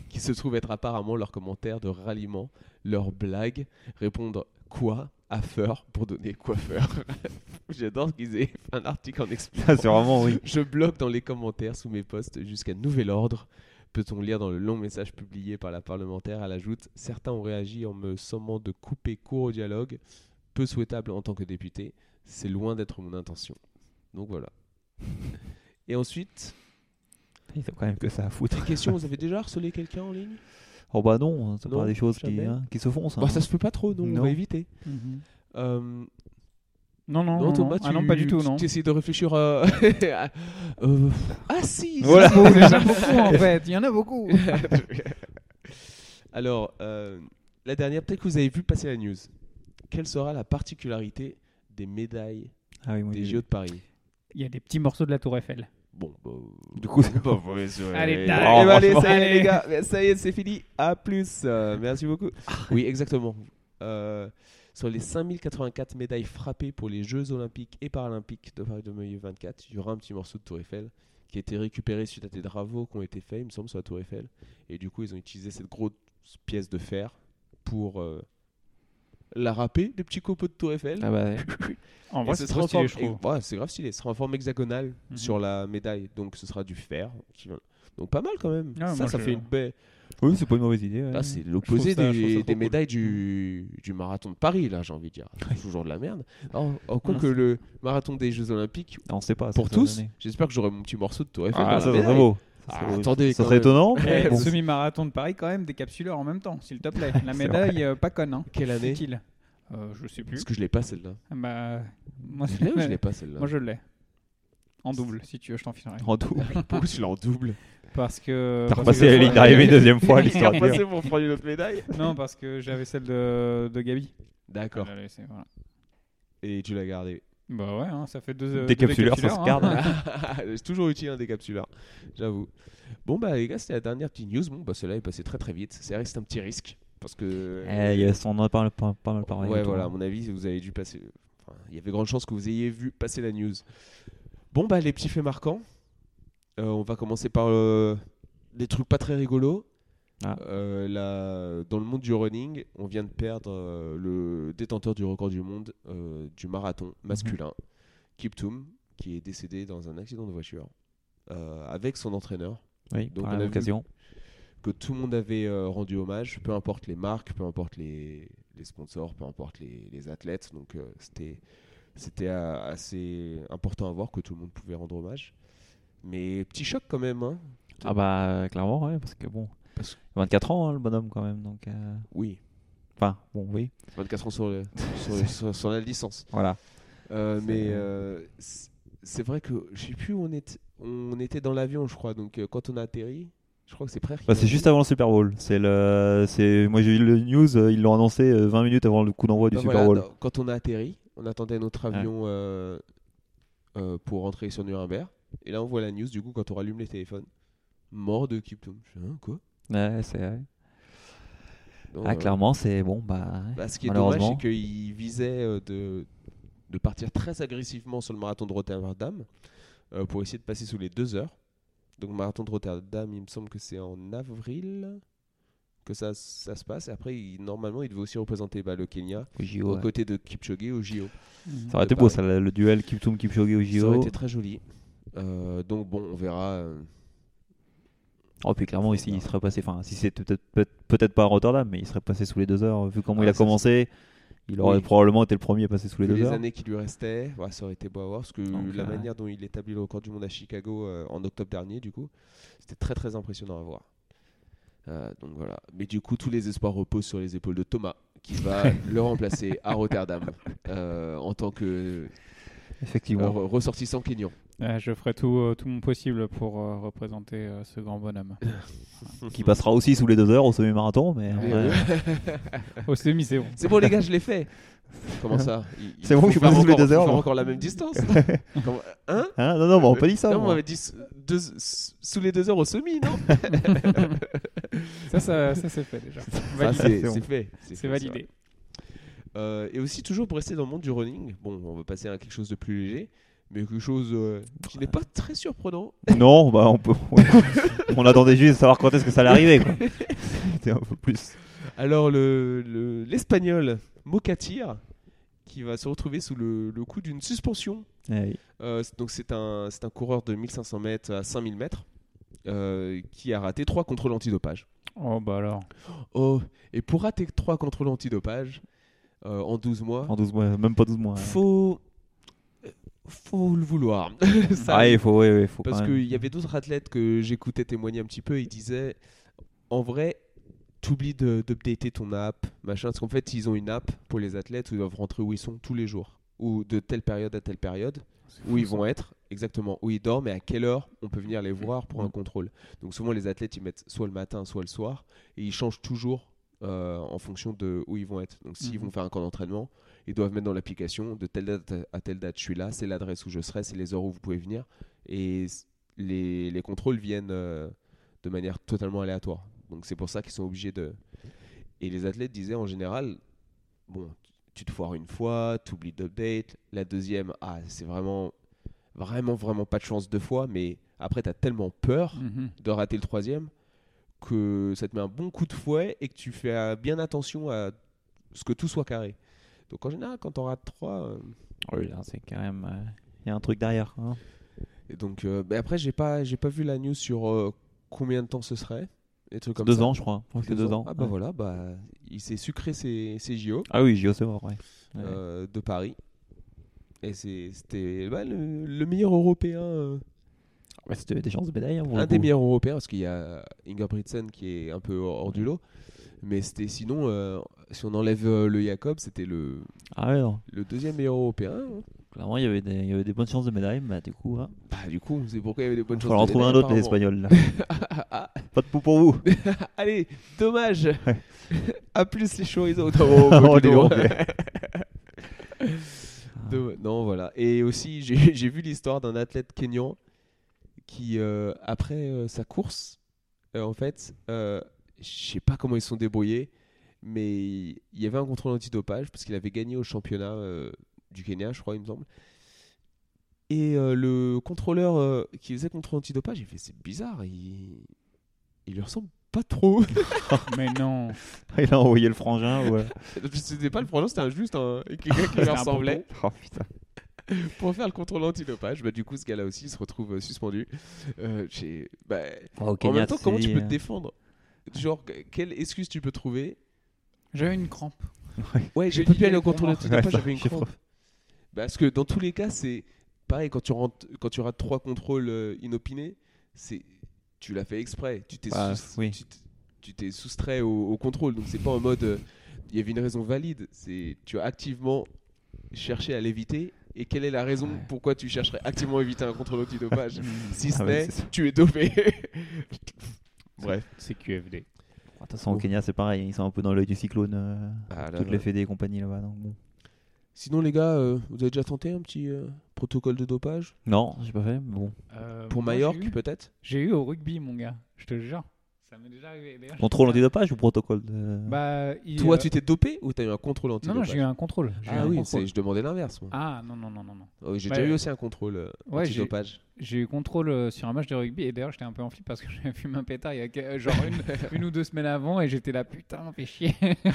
qui se trouve être apparemment leur commentaire de ralliement, leur blague, répondre quoi à fur pour donner coiffeur. J'adore qu'ils aient fait un article en expliquant.
Ah, c'est vraiment oui.
Je bloque dans les commentaires sous mes posts jusqu'à nouvel ordre. Peut-on lire dans le long message publié par la parlementaire Elle ajoute Certains ont réagi en me sommant de couper court au dialogue, peu souhaitable en tant que député. C'est loin d'être mon intention. Donc voilà. Et ensuite,
Ils ont quand même que ça à foutre.
question vous avez déjà harcelé quelqu'un en ligne
Oh bah non, c'est
Non,
pas des choses qui,
jamais.
hein, qui se font ça.
Bah,
hein.
Ça se peut pas trop, non, on
Non.
va éviter.
Mhm.
Euh,
Non, non,
non,
non, non.
Thomas,
Ah
tu-
non, pas du tout, non.
Tu essayes de réfléchir à. à- euh, Ah si
Voilà.
Oh, Il y en a beaucoup en fait, il y en a beaucoup.
Alors, euh, la dernière, peut-être que vous avez vu passer la news. Quelle sera la particularité des médailles
Ah oui, moi,
des
j'ai-
JO de Paris
Il y a des petits morceaux de la Tour Eiffel.
Bon, bah,
Du coup, c'est
pas vrai. ça.
Allez,
Eh
dale.
ben, allez,
Oh,
ça y est,
franchement.
les gars, ça y est, c'est fini. À plus. Euh, merci beaucoup. Oui, exactement. Euh, sur les 5084 médailles frappées pour les Jeux Olympiques et Paralympiques de Paris 2024, il y aura un petit morceau de Tour Eiffel qui a été récupéré suite à des travaux qui ont été faits, il me semble, sur la Tour Eiffel. Et du coup, ils ont utilisé cette grosse pièce de fer pour euh, la râper, des petits copeaux de Tour Eiffel.
Ah bah,
En
Et
vrai,
ce
c'est
sera
trop
en
stylé, je
forme- et-
trouve.
ouais, c'est grave stylé. Ce sera en forme hexagonale
Mhm.
sur la médaille. Donc ce sera du fer. qui va- Donc pas mal quand même.
Ah,
ça,
moi,
ça
je-
fait une belle.
oui, c'est pas une mauvaise idée. ouais.
Là, Ah, c'est l'opposé
Je trouve ça- je trouve
des,
ça trop
des
cool.
médailles du, du marathon de Paris, là, j'ai envie de dire. C'est toujours de la merde. Alors, alors, quoi que le marathon des Jeux Olympiques,
Ah, on sait pas.
pour
ça, ça va
tous,
donner.
j'espère que j'aurai mon petit morceau de Tour Eiffel.
Ah,
dans
ça,
la
c'est
médaille.
beau.
Ah,
Ça serait-
attendez,
ça
quand
serait
même.
étonnant. mais
Eh,
bon.
Semi-marathon de Paris, quand même, des capsuleurs en même temps, s'il te plaît. La
C'est
médaille, euh, pas conne. Hein.
Quelle année
Utile. Euh, je sais plus.
Parce que je l'ai pas celle-là.
Ah Bah, moi,
Je l'ai ou je l'ai
moi,
pas celle-là
je l'ai. En double, si tu veux, je t'en filerai.
En tout.
Pourquoi je l'ai en double
Parce que.
T'as
parce
repassé
que-
la ligne d'arrivée deuxième fois, l'histoire
Pas
dure.
c'est pour prendre une autre médaille
Non, parce que j'avais celle de, de Gabi.
D'accord.
Elle a laissé, voilà.
Et tu l'as gardé.
Bah ouais, hein, ça fait deux. euh,
Des
deux
capsuleurs, ça se
hein.
garde.
c'est toujours utile hein, un décapsuleur, j'avoue. Bon bah les gars, c'était la dernière petite news. Bon bah cela est passé très très vite. C'est vrai que c'est un petit risque parce que
Eh, il y a- on en a parlé pas, pas mal hein. parlé.
ouais
autour.
voilà, à mon avis, vous avez dû passer. enfin, il y avait grande chance que vous ayez vu passer la news. Bon bah les petits faits marquants. Euh, on va commencer par euh, des trucs pas très rigolos.
Ah.
Euh, là, dans le monde du running, on vient de perdre euh, le détenteur du record du monde euh, du
Mhm.
marathon masculin, Kiptoum, qui est décédé dans un accident de voiture euh, avec son entraîneur
Oui,
Donc, on
par la
a
même
vu-
occasion.
que tout le monde avait euh, rendu hommage, peu importe les marques, peu importe les, les sponsors, peu importe les, les athlètes. Donc euh, c'était c'était euh, assez important à voir que tout le monde pouvait rendre hommage. Mais petit choc quand même. hein.
Ah bah, euh, clairement, ouais, parce que bon,
Parce-
24 ans, hein, le bonhomme, quand même. Donc, euh,
Oui,
Enfin, bon, oui.
24 ans sur, le- sur, le- sur- sur la licence.
Voilà.
Euh,
C'est-
mais euh, c'est- c'est vrai que je sais plus où on était. On était dans l'avion, je crois. Donc euh, quand on a atterri, je crois que c'est Prère qui
Bah,
l'a
c'est
dit.
juste avant le Super Bowl. C'est le, c'est, moi j'ai eu le news, euh, ils l'ont annoncé euh, 20 minutes avant le coup d'envoi du
Bah
Super
voilà,
Bowl. Ah.
dans- Quand on a atterri, on attendait notre avion euh, euh, pour rentrer sur Nuremberg. Et là, on voit la news. Du coup, quand on rallume les téléphones, mort de Kiptoum. Je fais, Hein, quoi
Ouais, c'est, ouais.
Donc,
Ah,
euh,
clairement, c'est bon, bah. ouais.
bah, ce qui est dommage,
malheureusement.
c'est qu'il visait euh, de, de partir très agressivement sur le marathon de Rotterdam euh, pour essayer de passer sous les deux heures. Donc, marathon de Rotterdam, il me semble que c'est en avril que ça, ça se passe. Et après, il- normalement, il devait aussi représenter bah, le Kenya
Au JO,
aux
ouais.
côtés de Kipchoge au JO.
Mm.
Ça aurait été
de
beau, ça, le le duel Kiptoum Kipchoge au
Ça aurait
JO.
été très joli. Euh, donc bon, on verra. euh,
Oh, puis clairement, ici, il serait passé. Enfin, si c'était peut-être peut- peut-être pas à Rotterdam, mais il serait passé sous les deux heures. Vu comment
Ah,
il a
ça,
commencé, il aurait
Oui.
probablement été le premier à passer sous les
que
deux
les
heures.
années qui lui restaient, ouais, ça aurait été beau à voir, parce que
Donc,
la
euh,
manière dont il établit le record du monde à Chicago euh, en octobre dernier, du coup, c'était très très impressionnant à voir. Euh, donc voilà. Mais du coup, tous les espoirs reposent sur les épaules de Thomas, qui va le remplacer à Rotterdam euh, en tant que euh,
Effectivement.
re- ressortissant kenyan.
Euh, je ferai tout, euh, tout mon possible pour euh, représenter euh, ce grand bonhomme.
Qui passera aussi sous les deux heures au semi-marathon, mais.
Mais,
ouais.
euh,
Au semi, c'est bon.
C'est bon les gars, je l'ai fait. Comment ça Il- il
C'est bon,
faut
je suis
faire
passé sous les
encore-
deux heures,
faut
hein.
faire
moi.
encore la même distance. Comment- Hein
Hein non, non, bah, on n'a pas dit ça.
Non, on
moi.
m'avait dit s- deux- s- sous les deux heures au semi, non
Ça, ça, ça c'est fait déjà.
Ça,
Validé.
c'est
c'est
c'est
bon.
fait.
C'est
fait,
validé.
ça. Euh, et aussi, toujours pour rester dans le monde du running, bon, on va passer à quelque chose de plus léger, mais quelque chose euh, qui n'est pas très surprenant.
Non, bah on peut. on attendait juste de savoir quand est-ce que ça allait arriver. quoi. C'était un peu plus.
Alors, le- le- l'espagnol le, Mokatir, qui va se retrouver sous le, le coup d'une suspension.
Eh
Euh, c- donc, c'est un, c'est un coureur de 1500 mètres à 5000 mètres. euh, qui a raté trois contrôles antidopage.
Oh bah alors.
Oh, et pour rater trois contrôles antidopage euh, en 12 mois,
En 12 mois, même pas 12 mois. hein. ouais.
faut euh, faut le vouloir Ça,
ah, il faut, ouais, ouais, faut
parce
quand
qu'il
même.
y avait d'autres athlètes que j'écoutais témoigner un petit peu ils disaient en vrai t'oublies de- d'updater ton app machin parce qu'en fait ils ont une app pour les athlètes où ils doivent rentrer où ils sont tous les jours ou de telle période à telle période où ils vont être exactement où ils dorment et à quelle heure on peut venir les voir pour un
Mm.
contrôle donc souvent les athlètes ils mettent soit le matin soit le soir et ils changent toujours euh, en fonction de où ils vont être donc s'ils
Mm-hmm.
Mhm.
vont faire un camp d'entraînement ils doivent mettre dans l'application de telle date à telle date je suis là c'est l'adresse où je serai c'est les heures où vous pouvez venir et s- les, les contrôles viennent euh, de manière totalement aléatoire donc c'est pour ça qu'ils sont obligés de et les athlètes disaient en général bon tu te foires une fois, tu oublies d'update. La deuxième, ah, c'est vraiment, vraiment, vraiment pas de chance deux fois. Mais après, tu as tellement peur
Mhm.
de rater le troisième que ça te met un bon coup de fouet et que tu fais euh, bien attention à ce que tout soit carré. Donc en général, quand on rate trois. euh,
Oh là, c'est quand même. euh, Il y a un truc derrière. hein.
et donc, euh, mais après, j'ai pas, j'ai pas vu la news sur euh, combien de temps ce serait. Des trucs comme
deux
ça.
ans, je crois. Je crois que c'est deux ans.
Ah bah
ouais.
voilà, bah, il s'est sucré ses, ses JO.
Ah oui, JO, c'est mort, ouais. Ouais.
euh, de Paris. Et c'est- c'était bah, le, le meilleur européen, euh,
Ouais, Ah, C'était des chances de médaille. hein, pour
un
le
des
coup.
meilleurs européens, parce qu'il y a Ingebrigtsen qui est un peu hors, hors du lot. Mais c'était sinon, euh, si on enlève euh, le Jacob, c'était le,
Ah ouais, non.
le deuxième meilleur européen. hein.
Clairement, il y, avait des, il y avait des bonnes chances de médaille, mais bah, du coup, hein,
Bah, du coup, c'est pourquoi il y avait des bonnes
il
choses.
faut en trouver un autre, les Espagnols. là.
Ah.
pas de pou pour vous.
Allez, dommage. à plus les chorizo. Non, bon,
Oh,
plus
dis donc.
loin. De- Non, voilà. Et aussi, j'ai j'ai vu l'histoire d'un athlète kényan qui, euh, après euh, sa course, euh, en fait, euh, je sais pas comment ils se sont débrouillés, mais il y avait un contrôle antidopage parce qu'il avait gagné au championnat euh, du Kenya, je crois, il me semble. Et euh, le contrôleur euh, qui faisait contrôle antidopage, il fait c'est bizarre, il... il lui ressemble pas trop.
Mais non.
il a envoyé le frangin. Ouais.
c'était pas le pronom, c'était hein, un- juste un quelqu'un qui lui
C'était un
ressemblait.
oh putain.
pour faire le contrôle antidopage, bah, du coup, ce gars-là aussi il se retrouve euh, suspendu. Euh, j'ai- bah, en même temps, comment tu
euh,
peux te défendre Genre, que- quelle excuse tu peux trouver
J'avais une crampe.
ah,
Ouais, j'ai
j'ai
pas
dit
pu aller au
pour
contrôle
moi.
antidopage,
Ouais, ça,
j'avais une
j'ai
crampe. Bah, parce que dans tous les cas, c'est pareil, quand tu, rentres, quand tu rates trois contrôles euh, inopinés, c'est tu l'as fait exprès. Tu t'es
Bah,
sous-
oui.
tu t- tu t'es soustrait au, au contrôle. Donc c'est pas en mode euh, il y avait une raison valide. C'est tu as activement cherché à l'éviter. Et quelle est la raison
Ouais.
pourquoi tu chercherais activement à éviter un contrôle antidopage Si ce
Ah ouais,
n'est
c'est ça.
tu es dopé. Bref.
C'est QFD.
De toute façon, au Kenya, c'est pareil, ils sont un peu dans l'œil du cyclone, euh,
Ah là
toutes
là.
les fédés et compagnie là-bas. donc bon.
Sinon les gars, euh, vous avez déjà tenté un petit euh, protocole de dopage
Non, j'ai pas fait, mais bon.
pour Mallorca peut-être
J'ai Euh, eu au rugby, mon gars. Je te jure. Ça m'est déjà arrivé. D'ailleurs,
Contrôle
j'ai-
antidopage ou protocole de-
Bah, il,
Toi
euh,
tu t'es dopé ou t'as eu un contrôle
Non,
antidopage
non, j'ai eu un contrôle. J'ai eu
Ah
un
oui,
contrôle.
c'est- je demandais l'inverse. moi.
Ah non, non, non, non, non.
Oh, j'ai
Bah,
déjà eu
euh,
aussi un contrôle euh,
ouais, j'ai-
antidopage.
J'ai eu contrôle euh, sur un match de rugby et d'ailleurs j'étais un peu en flip parce que j'avais fumé un pétard il y a que- euh, genre une, une ou deux semaines avant et j'étais là putain fais chier. Et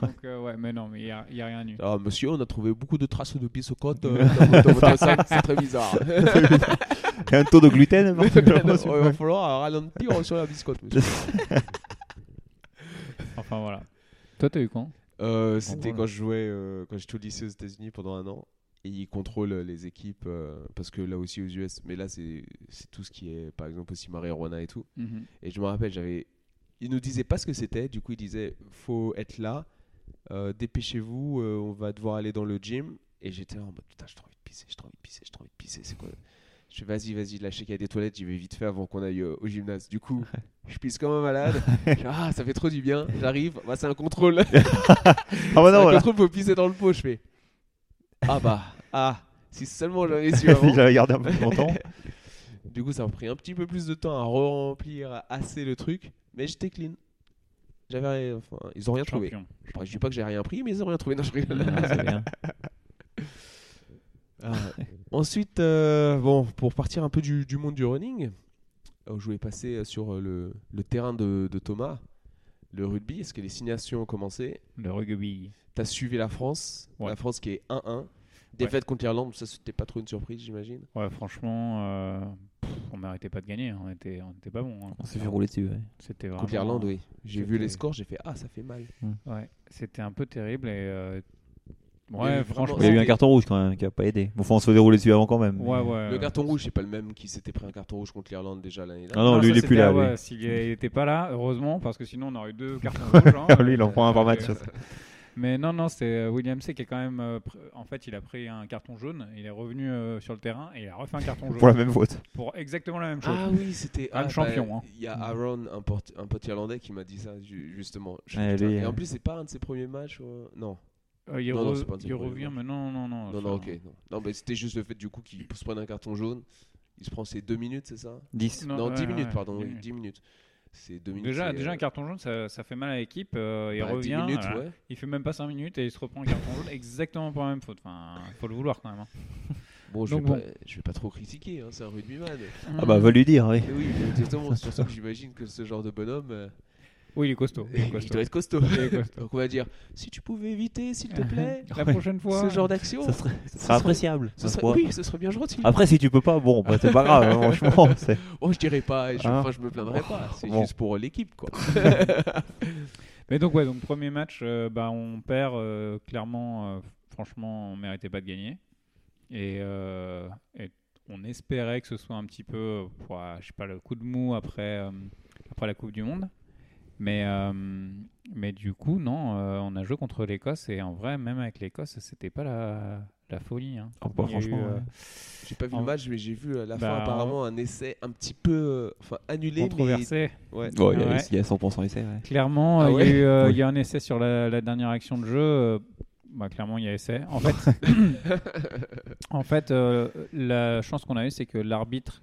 donc euh, ouais mais non mais il n'y a, il y a rien eu.
Ah, monsieur, on a trouvé beaucoup de traces de bisocote euh, dans, votre- dans votre sac, c'est très bizarre.
Il y a un taux de gluten Ah,
Il
Martin,
va falloir ralentir sur la biscotte, monsieur.
Enfin voilà. Toi t'as eu quand Oh,
Euh, C'était
Voilà.
quand je jouais, euh, quand j'étais au lycée aux États-Unis pendant un an. Et ils contrôlent euh, les équipes, euh, parce que là aussi aux US, mais là c'est c'est tout ce qui est, par exemple, aussi marijuana et tout.
Mhm.
Et je me rappelle, j'avais. Ils nous disaient pas ce que c'était, du coup ils disaient faut être là, euh, dépêchez-vous, euh, on va devoir aller dans le gym. Et j'étais là en mode putain, j'ai trop envie de pisser, j'ai trop envie de pisser, j'ai trop envie de pisser, c'est quoi Je fais vas-y, vas-y, lâchez qu'il y a des toilettes, j'y vais vite fait avant qu'on aille euh, au gymnase. Du coup, je pisse comme un malade, Je fais, ah, ça fait trop du bien, j'arrive, bah, c'est un contrôle.
Ah bah
C'est un
non, voilà.
contrôle, faut pisser dans le pot, je fais ah bah, ah, si seulement j'avais su avant.
J'avais gardé un peu plus longtemps.
Du coup, ça m'a pris un petit peu plus de temps à remplir assez le truc, mais j'étais clean. J'avais, enfin, ils ont rien trouvé.
Champion.
Enfin, je dis pas que j'ai rien pris, mais ils ont rien trouvé. Non, je rigole.
Ah, c'est bien.
Ah. Ensuite, euh, bon, pour partir un peu du, du monde du running, euh, je voulais passer euh, sur euh, le, le terrain de, de Thomas, le rugby. Est-ce que les signations ont commencé
Le rugby.
T'as suivi la France,
Ouais.
la France qui est 1-1. Défaite contre l'Irlande, ça c'était pas trop une surprise, j'imagine.
Ouais franchement euh, pff, on méritait pas de gagner hein. on était on était pas bon. hein.
On s'est fait rouler dessus. ouais.
C'était
Contre
vraiment-
l'Irlande, oui. J'ai vu les
Bah c'était-
scores, j'ai fait ah, ça fait mal.
Ouais c'était un peu terrible et
y avait
euh, ouais
vraiment-
franchement.
Il y a eu
C'était-
un carton rouge quand même qui a pas aidé. Bon, Enfin, on se fait rouler dessus avant quand même.
Ouais ouais.
Le carton rouge, c'est pas le même qui s'était pris un carton rouge contre l'Irlande déjà l'année
Ah
dernière.
non,
Ah,
lui
ça,
il est plus
c'était-
là.
ah
lui.
ouais, S'il n'était pas là, heureusement, parce que sinon on aurait eu deux cartons rouges. hein.
Lui, il en prend un par
Mais-
match.
Mais non, non, c'est euh, William C qui est quand même. euh, pr- En fait, il a pris un carton jaune, il est revenu euh, sur le terrain et il a refait un carton jaune
Pour la même faute.
pour exactement la même chose.
Ah oui, c'était
Un
ah,
champion,
bah,
hein.
Il y a Aaron, un, porte- un pote irlandais, qui m'a dit ça ju- justement. Je fais,
Ah,
Ouais,
putain,
lui,
et en
euh.
plus, c'est pas un de ses premiers matchs. euh, Non,
Euh, il
Non, non,
re-
c'est pas un
il
problème.
revient, mais non, non, non.
non, non, ok.
enfin,
Non, non mais c'était juste le fait du coup qu'il se prenne un carton jaune. Il se prend ses deux minutes, c'est ça
10.
Non,
Non,
ouais,
10
ouais,
minutes,
ouais,
pardon.
dix
oui,
minutes.
10 minutes. C'est deux minutes.
Déjà,
c'est,
déjà
euh,
un carton jaune, ça, ça fait mal à l'équipe. euh, il
bah, dix
revient.
minutes,
voilà.
ouais.
Il fait même pas 5 minutes et il se reprend un carton jaune exactement pour la même faute. Enfin, faut le vouloir quand même. hein.
Bon, je vais,
Donc
pas,
bon.
je vais pas trop critiquer, hein, c'est un rugbyman.
Ah bah, va lui dire, oui.
Mais oui, exactement. Surtout que j'imagine que ce genre de bonhomme, euh,
Oui, il est costaud. il est
il
costaud.
doit être costaud.
Il est costaud.
Donc on va dire, si tu pouvais éviter, s'il te plaît,
La prochaine fois.
ce genre d'action,
Ça serait, Ah. ça
ce
serait
serait-
appréciable.
ce
ma
serait,
foi.
oui, ce serait bien gentil.
Après, si tu peux pas, bon, bah, c'est pas grave, hein, franchement. c'est-
Oh, je dirais pas, et je,
Hein
enfin, je me plaindrais pas. C'est
Bon.
juste pour l'équipe, quoi.
Mais donc ouais, donc premier match, euh, bah, on perd euh, clairement. euh, franchement, on méritait pas de gagner. Et, euh, et on espérait que ce soit un petit peu, euh, pour, euh, je sais pas, le coup de mou après euh, après la Coupe du Monde. Mais euh, mais du coup, non, euh, on a joué contre l'Écosse et en vrai, même avec l'Écosse, c'était pas la la folie. hein.
Ah bah,
Il y a eu,
franchement,
euh,
ouais.
J'ai pas vu
En-
le match, mais j'ai vu à la
Bah,
fin apparemment un essai un petit peu euh, enfin, annulé.
controversé.
Mais... Ouais.
Bon, il y a-
Ouais.
il y a 100% essai, ouais.
Clairement,
Ah
euh, il y,
ouais
a eu, euh,
Oui.
il y a un essai sur la, la dernière action de jeu. euh, bah, clairement, il y a essai. En fait, en fait euh, la chance qu'on a eue, c'est que l'arbitre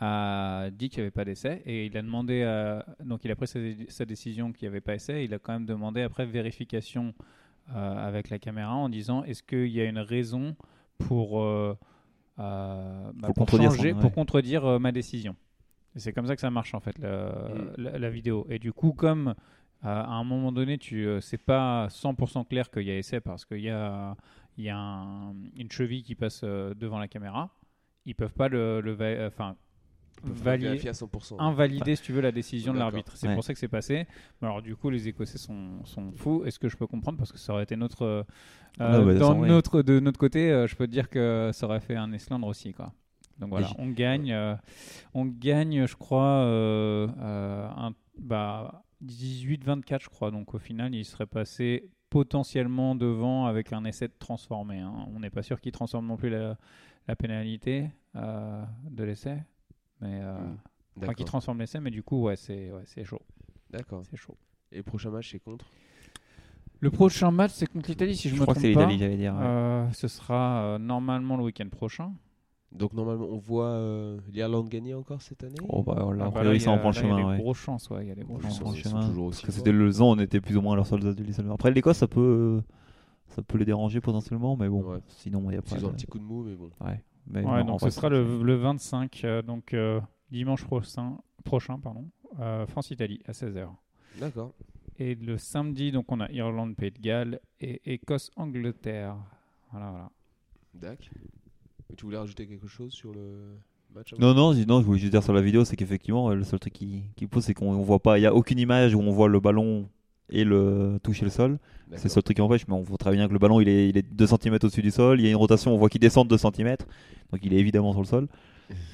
a dit qu'il n'y avait pas d'essai et il a demandé, à- donc il a pris sa, sa décision qu'il n'y avait pas essai. Il a quand même demandé après vérification euh, avec la caméra en disant est-ce qu'il y a une raison pour, euh, euh, bah,
Pour
pour
contredire son-
changer-
ouais.
pour contredire euh, ma décision. Et C'est comme ça que ça marche en fait la,
Mm.
la- la vidéo. Et du coup, comme euh, à un moment donné, tu euh, c'est pas 100% clair qu'il y a essai parce qu'il y a, il y a un- une cheville qui passe euh, devant la caméra, ils peuvent pas le, le va- euh, enfin
on peut faire
valider-
vérifier à 100%.
invalider si tu veux la décision de
D'accord.
l'arbitre. C'est
Ouais.
pour ça que c'est passé. Mais alors du coup, les Écossais sont, sont fous. Est-ce que je peux comprendre parce que ça aurait été notre euh,
Ah, bah, ça,
dans
ouais.
notre de notre côté, euh, je peux te dire que ça aurait fait un Islande aussi quoi. Donc voilà,
Logique.
on gagne, euh, on gagne, je crois, euh, euh, un, bah, 18-24, je crois. Donc au final, il serait passé potentiellement devant avec un essai de transformer. hein. On n'est pas sûr qu'il transforme non plus la, la pénalité euh, de l'essai. Mais euh,
Hmm.
Mm.
enfin, qu'il
D'accord.
transforme l'essai, mais du coup, ouais, c'est ouais, c'est chaud.
D'accord.
C'est chaud.
Et prochain match, c'est contre
Le prochain match, c'est contre l'Italie, si je,
Je
me
crois
trompe
que c'est
pas.
l'Italie, j'allais dire. ouais.
Euh, ce sera euh, normalement le week-end prochain.
Donc normalement, on voit euh, l'Irlande gagner encore cette année
Oh, bah, là,
Ah,
a
bah,
priori,
là, il y
ça
a-
en prend le
là, Il y a
chemin,
des
ouais.
grosses chances, ouais, il y a des grosses
Ils
en
chances.
sont-
prend le
ils sont
chemin.
toujours
Parce
aussi
que
forts.
c'était le on était plus ou moins à leur soldat du Lissalme. Après, l'Écosse, ça peut, euh, ça peut les déranger potentiellement, mais bon,
Ouais.
sinon, il n'y bah, a pas.
Ils ont un
de-
petit coup de mou, mais bon.
Ouais, mais
Ouais,
non, en
donc ce
vrai,
sera
c'est-
le, le 25, euh, donc euh, dimanche prochain, prochain pardon, euh, France-Italie à 16h.
D'accord.
Et le samedi, donc on a Irlande, Pays de Galles et Écosse-Angleterre. Voilà, voilà.
Dac. Tu voulais rajouter quelque chose sur le match avant
Non, non, je- non, je voulais juste dire sur la vidéo, c'est qu'effectivement, euh, le seul truc qui, qui pousse, c'est qu'on on voit pas. Il n'y a aucune image où on voit le ballon et le toucher le sol. C'est le
D'accord.
seul truc qui empêche, mais on voit très bien que le ballon, il est, il est 2 cm au-dessus du sol. Il y a une rotation, on voit qu'il descend de 2 cm. Donc il est évidemment sur le sol.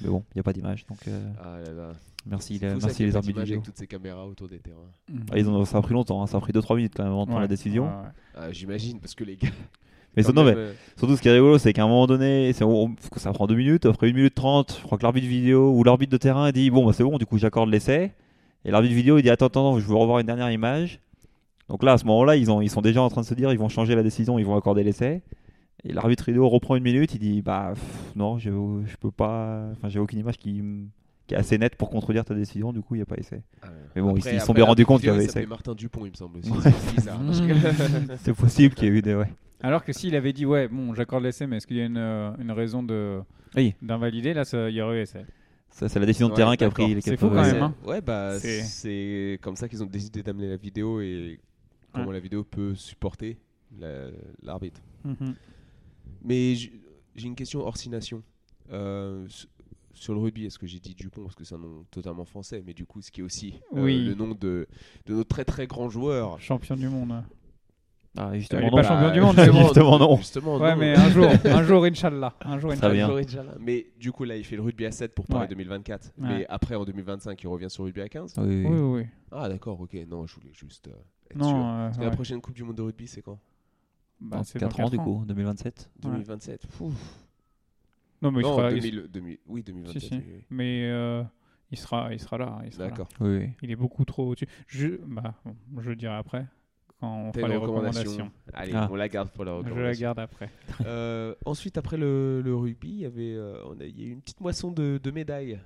Mais bon, il n'y a pas d'image. Donc euh,
Ah là là.
merci,
C'est
les-
fou, ça,
merci
qu'il y ait
les
pas
arbitres
d'image
vidéo.
avec toutes ces caméras autour des terrains.
Ah, ils ont, ça a pris longtemps, hein, ça a pris 2-3 minutes quand même avant de prendre la
Ouais,
décision.
ouais, ouais.
Ah, J'imagine, parce que les gars.
Mais,
quand
ça- non,
même,
mais
euh,
surtout, ce qui est rigolo, c'est qu'à un moment donné, c'est- on- on- ça prend 2 minutes. Après 1 minute 30, je crois que l'arbitre vidéo ou l'arbitre de terrain dit Bon, bah, c'est bon, du coup, j'accorde l'essai. Et l'arbitre vidéo, il dit Attends, attends, je veux revoir une dernière image. Donc là, à ce moment-là, ils, ont- ils sont déjà en train de se dire Ils vont changer la décision, ils vont accorder l'essai. Et l'arbitre vidéo reprend une minute, il dit Bah, pff, non, je, je peux pas. Enfin, j'ai aucune image qui, m- qui est assez nette pour contredire ta décision, du coup, il n'y a pas essai.
ah,
Mais bon, ils-
après-
ils se sont
après,
bien rendus compte qu'il y
l'arbitre
avait
vidéo, il s'appelait
essai.
Martin Dupont, il me semble. aussi.
Ouais.
C'est bizarre. hein, parce que-
C'est possible qu'il y ait eu des. Ouais.
Alors que s'il avait dit, ouais, bon, j'accorde l'essai, mais est-ce qu'il y a une, euh, une raison de
Oui.
d'invalider Là, ça- il y aurait eu essai.
Ça, c'est la décision
Ouais,
de terrain qui a
d'accord.
pris les
C'est
quatre-
fou, quand
ouais,
Ouais,
même, hein.
c'est- Ouais, bah
C'est-
c'est comme ça qu'ils ont décidé d'amener la vidéo et comment
Ouais.
la vidéo peut supporter la- l'arbitre. Mais j- j'ai une question hors six nations. Euh, s- sur le rugby, est-ce que j'ai dit Dupont parce que c'est un nom totalement français, mais du coup, ce qui est aussi euh,
Oui.
le nom de, de notre très très grand joueur.
Oh. Champion du monde.
Ah,
Il
justement,
est
non.
pas champion du monde,
mais bon. Justement, non.
Justement,
Ouais,
Oh, non.
mais un jour, un jour, Inch'Allah. Un jour,
Très
Inch'Allah.
bien.
Mais du coup, là, il fait le rugby à 7 pour Paris
Ouais.
2024.
Ouais.
Mais après, en 2025, il revient sur le rugby à 15.
Oui, oui,
Oui,
oui.
oui, oui.
Ah, d'accord, ok. Non, je voulais juste euh, être sûr.
Non, euh,
Parce que
ouais.
La prochaine Coupe du Monde de rugby, c'est quand
Bah,
Dans
c'est dans
4 ans, du coup, 2027.
2027. Pouf.
Non, mais il
non,
sera, il-
2000, 2000, oui, 2027.
Si, si.
oui, oui.
mais, euh, il sera, il sera là. Il sera là.
D'accord.
Oui, oui.
Il est beaucoup trop au-dessus. Je, bah, bon, je le dirai après, quand on
Tes
fera les
recommandations.
recommandations.
Allez,
Ah.
on la garde pour la
Je la
recommandation.
garde après.
Euh, ensuite, après le, le rugby, il y avait euh, on a, il y a eu une petite moisson de, de médailles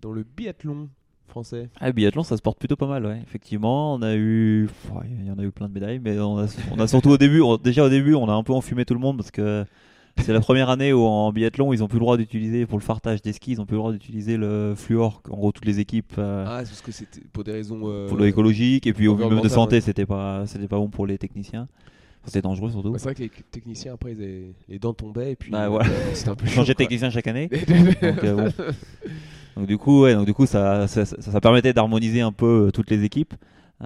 dans le biathlon français.
Ah, le biathlon, ça se porte plutôt pas mal, ouais. Effectivement, on a eu. Pff, ouais, Il y en a eu plein de médailles, mais on a, on a surtout au début. on- déjà au début, on a un peu enfumé tout le monde parce que c'est la première année où en biathlon, ils ont plus le droit d'utiliser, pour le fartage des skis, ils ont plus le droit d'utiliser le fluor. En gros, toutes les équipes. euh,
Ah, c'est parce que c'était pour des raisons. euh,
pour l'eau écologique et puis au vu même de
environnemental,
santé
ouais.
c'était pas c'était pas bon pour les techniciens Enfin, c'était dangereux surtout
bah, c'est vrai que les techniciens, après, ils avaient- les dents tombaient et puis euh,
Bah, voilà.
c'était un peu
changer de
chaud, quoi.
technicien chaque année donc, euh, bon. Donc, du coup ouais, donc du coup ça ça, ça- ça permettait d'harmoniser un peu euh, toutes les équipes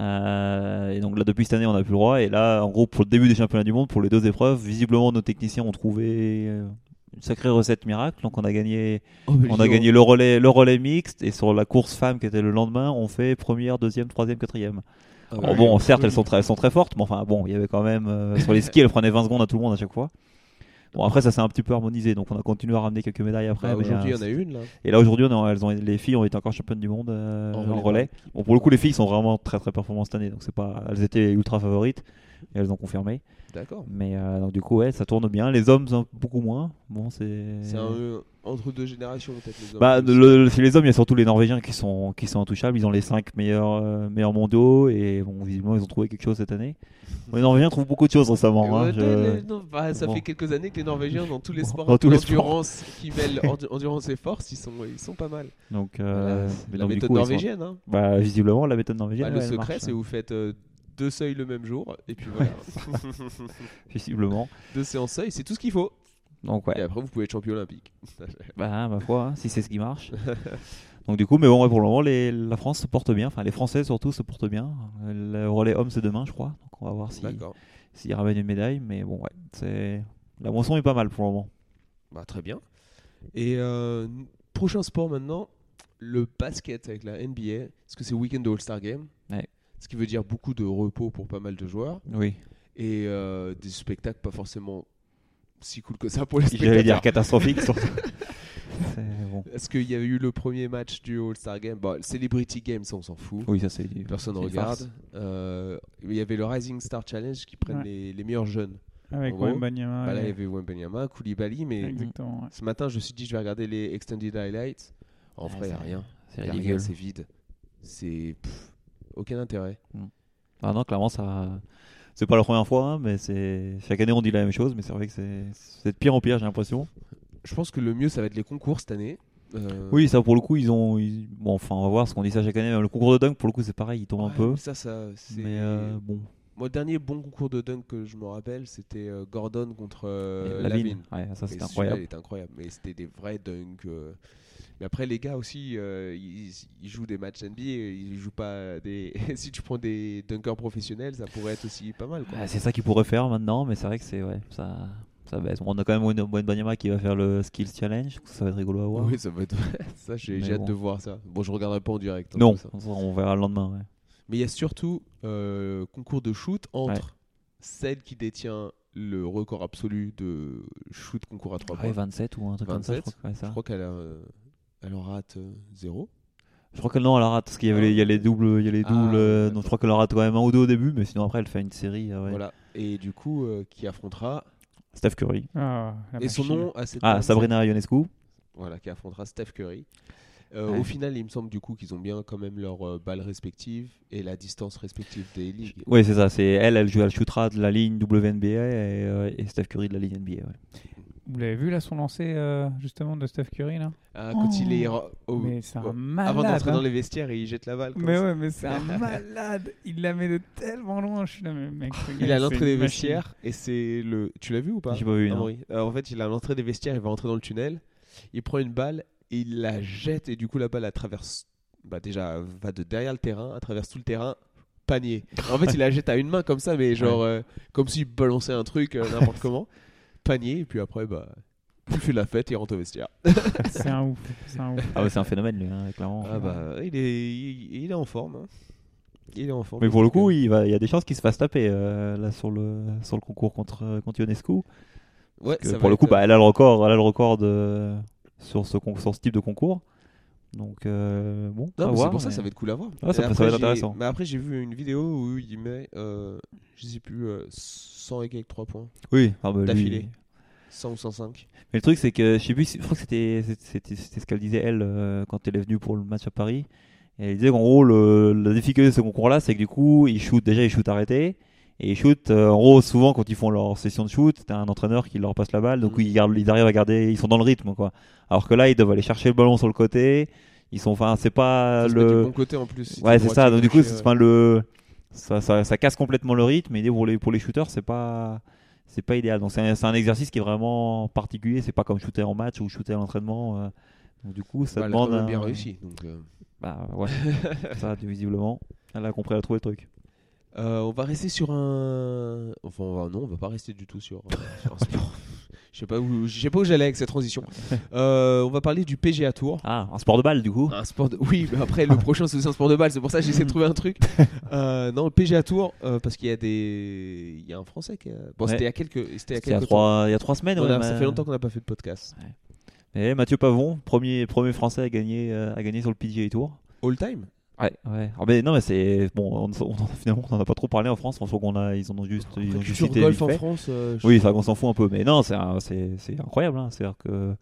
Euh, et donc là depuis cette année on a plus le droit et là en gros pour le début des championnats du monde pour les deux épreuves visiblement nos techniciens ont trouvé euh, une sacrée recette miracle donc on a gagné
Oh, mais
on a
dis
gagné
donc.
le relais le relais mixte et sur la course femme qui était le lendemain on fait première deuxième troisième quatrième
Ah,
Oh,
ouais.
bon, certes, elles sont, très, elles sont très fortes, mais enfin, bon, il y avait quand même. euh, sur les skis, elles prenaient 20 secondes à tout le monde à chaque fois. Bon, après, ça s'est un petit peu harmonisé, donc on a continué à ramener quelques médailles après.
Ah,
mais,
Aujourd'hui, il y en
euh,
a une là.
Et là, aujourd'hui, on est en- elles ont, les filles ont été encore championnes du monde euh,
En
en,
relais,
relais.
ouais.
Bon, pour le coup, les filles sont vraiment très très performantes cette année, donc c'est pas. Elles étaient ultra favorites, et elles ont confirmé.
D'accord.
Mais euh, donc, du coup, ouais, ça tourne bien. Les hommes, un- beaucoup moins. Bon, c'est.
C'est un euh, entre deux générations, peut-être. les hommes.
Bah, le- le- chez les hommes, il y a surtout les Norvégiens qui sont, qui sont intouchables. Ils ont les 5 meilleurs, euh, meilleurs mondiaux et bon, visiblement, ils ont trouvé quelque chose cette année. Bon, les Norvégiens trouvent beaucoup de choses
Et
récemment. hein,
ouais,
je-
les- non, bah, ça
Bon.
fait quelques années que les Norvégiens, dans tous les
Dans
sports,
tous les
d'endurance, qui mêlent endu- endurance et force, ils sont, ils sont pas mal.
Donc, euh,
Voilà, la
mais donc, du
méthode
coup, ils sont-
norvégienne. hein.
bah, visiblement, la méthode norvégienne.
Bah, le
ouais, elle
secret,
marche, hein.
c'est vous faites euh, deux seuils le même jour, et puis voilà.
Visiblement.
deux séances seuil, c'est tout ce qu'il faut.
Donc, ouais.
Et après, vous pouvez être champion olympique.
Bah, ma foi, hein, si c'est ce qui marche. Donc, du coup, mais bon, ouais, pour le moment, les- la France se porte bien. Enfin, les Français surtout se portent bien. Le relais hommes, c'est demain, je crois. Donc, on va voir si- s'ils
D'accord.
ramènent une médaille. Mais bon, ouais, c'est. La moisson est pas mal pour le moment.
Bah, très bien. Et euh, prochain sport maintenant, le basket avec la NBA. Parce que c'est week-end de All-Star Game.
Ouais.
Parce ce qui veut dire beaucoup de repos pour pas mal de joueurs
Oui.
et euh, des spectacles pas forcément si cool que ça pour les
J'allais
spectateurs.
dire catastrophique. surtout. C'est bon.
Parce qu'il y avait eu le premier match du All-Star Game. Bon, le Celebrity Game, ça on s'en fout.
Oui, ça c'est.
Personne ne
c'est une farce.
regarde. Euh, Il y avait le Rising Star Challenge qui prennent
Ouais.
les, les meilleurs jeunes.
Avec
En gros,
Wembanyama.
Bah là, il y
et-
avait Wembenyama, Koulibaly, mais
Exactement. ouais.
ce matin, je me suis dit, je vais regarder les Extended Highlights. En
Ouais,
vrai, il a
c'est-
rien. Y
C'est
a
ridicule.
rien, c'est vide. C'est. pff, Aucun intérêt.
Ah non, clairement, ça. C'est pas la première fois, hein, mais c'est. Chaque année, on dit la même chose, mais c'est vrai que c'est c'est de pire en pire, j'ai l'impression.
Je pense que le mieux, ça va être les concours cette année. Euh,
Oui, ça, pour le coup, ils ont. ils- Bon, enfin, on va voir, parce qu'on dit ça chaque année. Même le concours de dunk, pour le coup, c'est pareil, il tombe
ouais,
un peu.
Ça, ça, c'est.
Mais euh, bon,
Moi, le dernier bon concours de dunk que je me rappelle, c'était euh, Gordon contre euh,
la
Lavine.
ligne. Ouais, ça,
Et
c'est
celui-là,
incroyable.
il est incroyable. Mais c'était des vrais dunks. euh. Mais après, les gars aussi, euh, ils, ils jouent des matchs NBA. Ils jouent pas des. si tu prends des dunkers professionnels, ça pourrait être aussi pas mal. Quoi.
Ah, c'est ça qu'ils pourraient faire maintenant, mais c'est vrai que c'est. Ouais, ça. Ça baisse. Bon, on a quand même Wayne Banyama qui va faire le Skills Challenge, ça va être rigolo à voir.
Oui, ça va être. ça, j'ai
hein. Mais
j'ai hâte
bon.
de voir ça. Bon, je regarderai pas en direct. hein,
non,
tout ça.
ça, on verra le lendemain. ouais.
Mais il y a surtout euh, concours de shoot entre
Ouais.
celle qui détient le record absolu de shoot concours à 3
Ah Ouais,
points.
27 ou un truc comme
27,
ça, je crois. que- ouais, ça.
Je crois qu'elle a, euh, elle en rate euh, 0.
Je crois que non, elle la rate parce qu'il y, avait les- il y a les doubles. Il y a les
Ah,
doubles euh, donc
d'accord.
je crois qu'elle en rate quand même un ou deux au début, mais sinon après elle fait une série. euh, ouais.
Voilà. Et du coup, euh, qui affrontera.
Steph Curry.
Ah, la
Et son
machine.
nom à cette
Ah,
personne,
Sabrina Ionescu.
Voilà, qui affrontera Steph Curry. Euh,
Ouais.
Au final, il me semble du coup qu'ils ont bien quand même leurs euh, balles respectives et la distance respective des ligues.
Oui, c'est ça. C'est elle, elle joue, elle shootera de la ligne WNBA et, euh, et Steph Curry de la ligne NBA. ouais.
Vous l'avez vu là son lancer euh, justement de Steph Curry là
Ah, quand il est
Oh,
re- au-
Mais c'est un
ouais.
malade.
avant d'entrer
hein.
dans les vestiaires, il jette la balle. comme
Mais
ça. Ah.
ouais, mais c'est un malade. Il la met de tellement loin. Je suis là, mais mec. ce
Il a
gars, c'est
l'entrée des
une machine.
vestiaires et c'est le. Tu l'as vu ou pas
J'ai pas vu,
Ah,
non.
oui. Euh, en fait, il a l'entrée des vestiaires, il va rentrer dans le tunnel, il prend une balle, il la jette et du coup la balle elle traverse. Bah déjà, va de derrière le terrain, elle traverse tout le terrain, panier. En fait, il la jette à une main comme ça, mais genre euh, comme s'il balançait un truc euh, n'importe comment, panier. Et puis après, bah, il fait la fête, il rentre au vestiaire.
C'est un ouf. C'est un ouf.
Ah ouais, c'est un phénomène lui, hein, clairement.
Ah bah, il est, il, il est en forme. hein. Il est en forme.
Mais pour le
Donc, euh,
coup, il, va, il y a des chances qu'il se fasse taper euh, là sur le sur le concours contre euh, contre Ionescu.
ouais,
Que
ça
pour
va
le coup,
être, euh,
bah, elle a le record, elle a le record de, sur ce con- sur ce type de concours. Donc euh, bon,
Non, mais
à
c'est
voir,
pour ça,
mais-
ça va être cool à Ah, voir.
Ah, ça
Et
peut- ça va être
j'ai-
intéressant.
Mais après, j'ai vu une vidéo où il met, euh, je sais plus, euh, 100 et quelques 3 points.
Oui, ah bah, lui-
D'affilée. 100 ou 105.
Mais le truc, c'est que je sais plus, si- je crois que c'était c'était- c'était ce qu'elle disait elle euh, quand elle est venue pour le match à Paris. Et elle disait qu'en gros, le, la difficulté de ce concours-là, c'est que du coup, ils shootent, déjà ils shootent arrêtés. Et ils shootent, euh, en gros, souvent quand ils font leur session de shoot, t'as un entraîneur qui leur passe la balle, donc
Mm.
ils, gardent- ils arrivent à garder, ils sont dans le rythme quoi. Alors que là, ils doivent aller chercher le ballon sur le côté, ils sont, enfin, c'est pas
Ça se met
le.
du bon côté en plus. si
Ouais,
t'es
c'est
droitier,
ça. Donc du coup,
gaucher,
c'est
Ah, ouais.
enfin, le ça, ça, ça casse complètement le rythme. Et pour les pour les shooters, c'est pas c'est pas idéal. Donc c'est un, c'est un exercice qui est vraiment particulier. C'est pas comme shooter en match ou shooter à l'entraînement. euh. Donc du coup, ça
Bah, elle a
demande
quand même bien
un-
réussi. donc, euh.
Bah ouais. ça visiblement, elle a compris, elle a trouvé le truc.
Euh, on va rester sur un. Enfin, on va- non, on va pas rester du tout sur, euh, sur un sport. Je sais pas où, je sais pas où j'allais avec cette transition. Euh, on va parler du PGA Tour.
Ah, un sport de balle du coup.
Un sport de- Oui, mais après,
Ah.
le prochain, c'est aussi un sport de balle. C'est pour ça que j'essaie de trouver un truc. Euh, non, le PGA Tour, euh, parce qu'il y a des. Il y a un Français qui a. Bon,
Ouais.
c'était il y a quelques. C'était il y a
C'était il y a
quelques
trois il y a trois semaines.
temps. On a-
ouais,
Ça
mais-
fait longtemps qu'on n'a pas fait de podcast.
Et Mathieu Pavon, premier premier français à gagner euh, à gagner sur le PGA Tour.
All time
Ouais, ouais. Ah, mais non, mais c'est bon. On, on- finalement, on en a pas trop parlé en France. On qu'on a, ils en ont juste, ils ont
Après,
juste
Culture
cité
golf
vite
en
fait.
France. euh, je-
Oui, ça, on s'en fout un peu, mais non, c'est un- c'est c'est incroyable. hein. C'est-à-dire que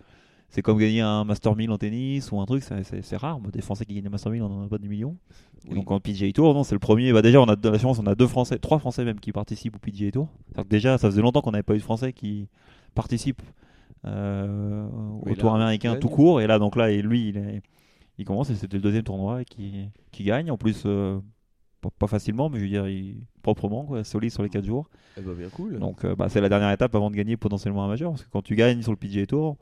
c'est comme gagner un Master 1000 en tennis ou un truc, c'est- c'est c'est rare. Moi, Des Français qui gagnent des Master 1000, on en a pas des millions. Et
Oui.
Donc en PGA Tour, non, c'est le premier. Bah, déjà, on a de la chance, on a deux Français, trois Français même qui participent au PGA Tour. C'est-à-dire que déjà, ça faisait longtemps qu'on n'avait pas eu de Français qui participent euh, au
Oui, là,
Tour
on
américain
gagne.
tout court. Et là, donc là, et lui, il, est- il commence et c'était le deuxième tournoi et qui, qui gagne. En plus, euh, pas, pas facilement, mais je veux dire, il- proprement, quoi, solide sur les quatre jours.
Eh ben, bien cool.
Donc euh, bah, c'est la dernière étape avant de gagner potentiellement un majeur. Parce que quand tu gagnes sur le PGA Tour,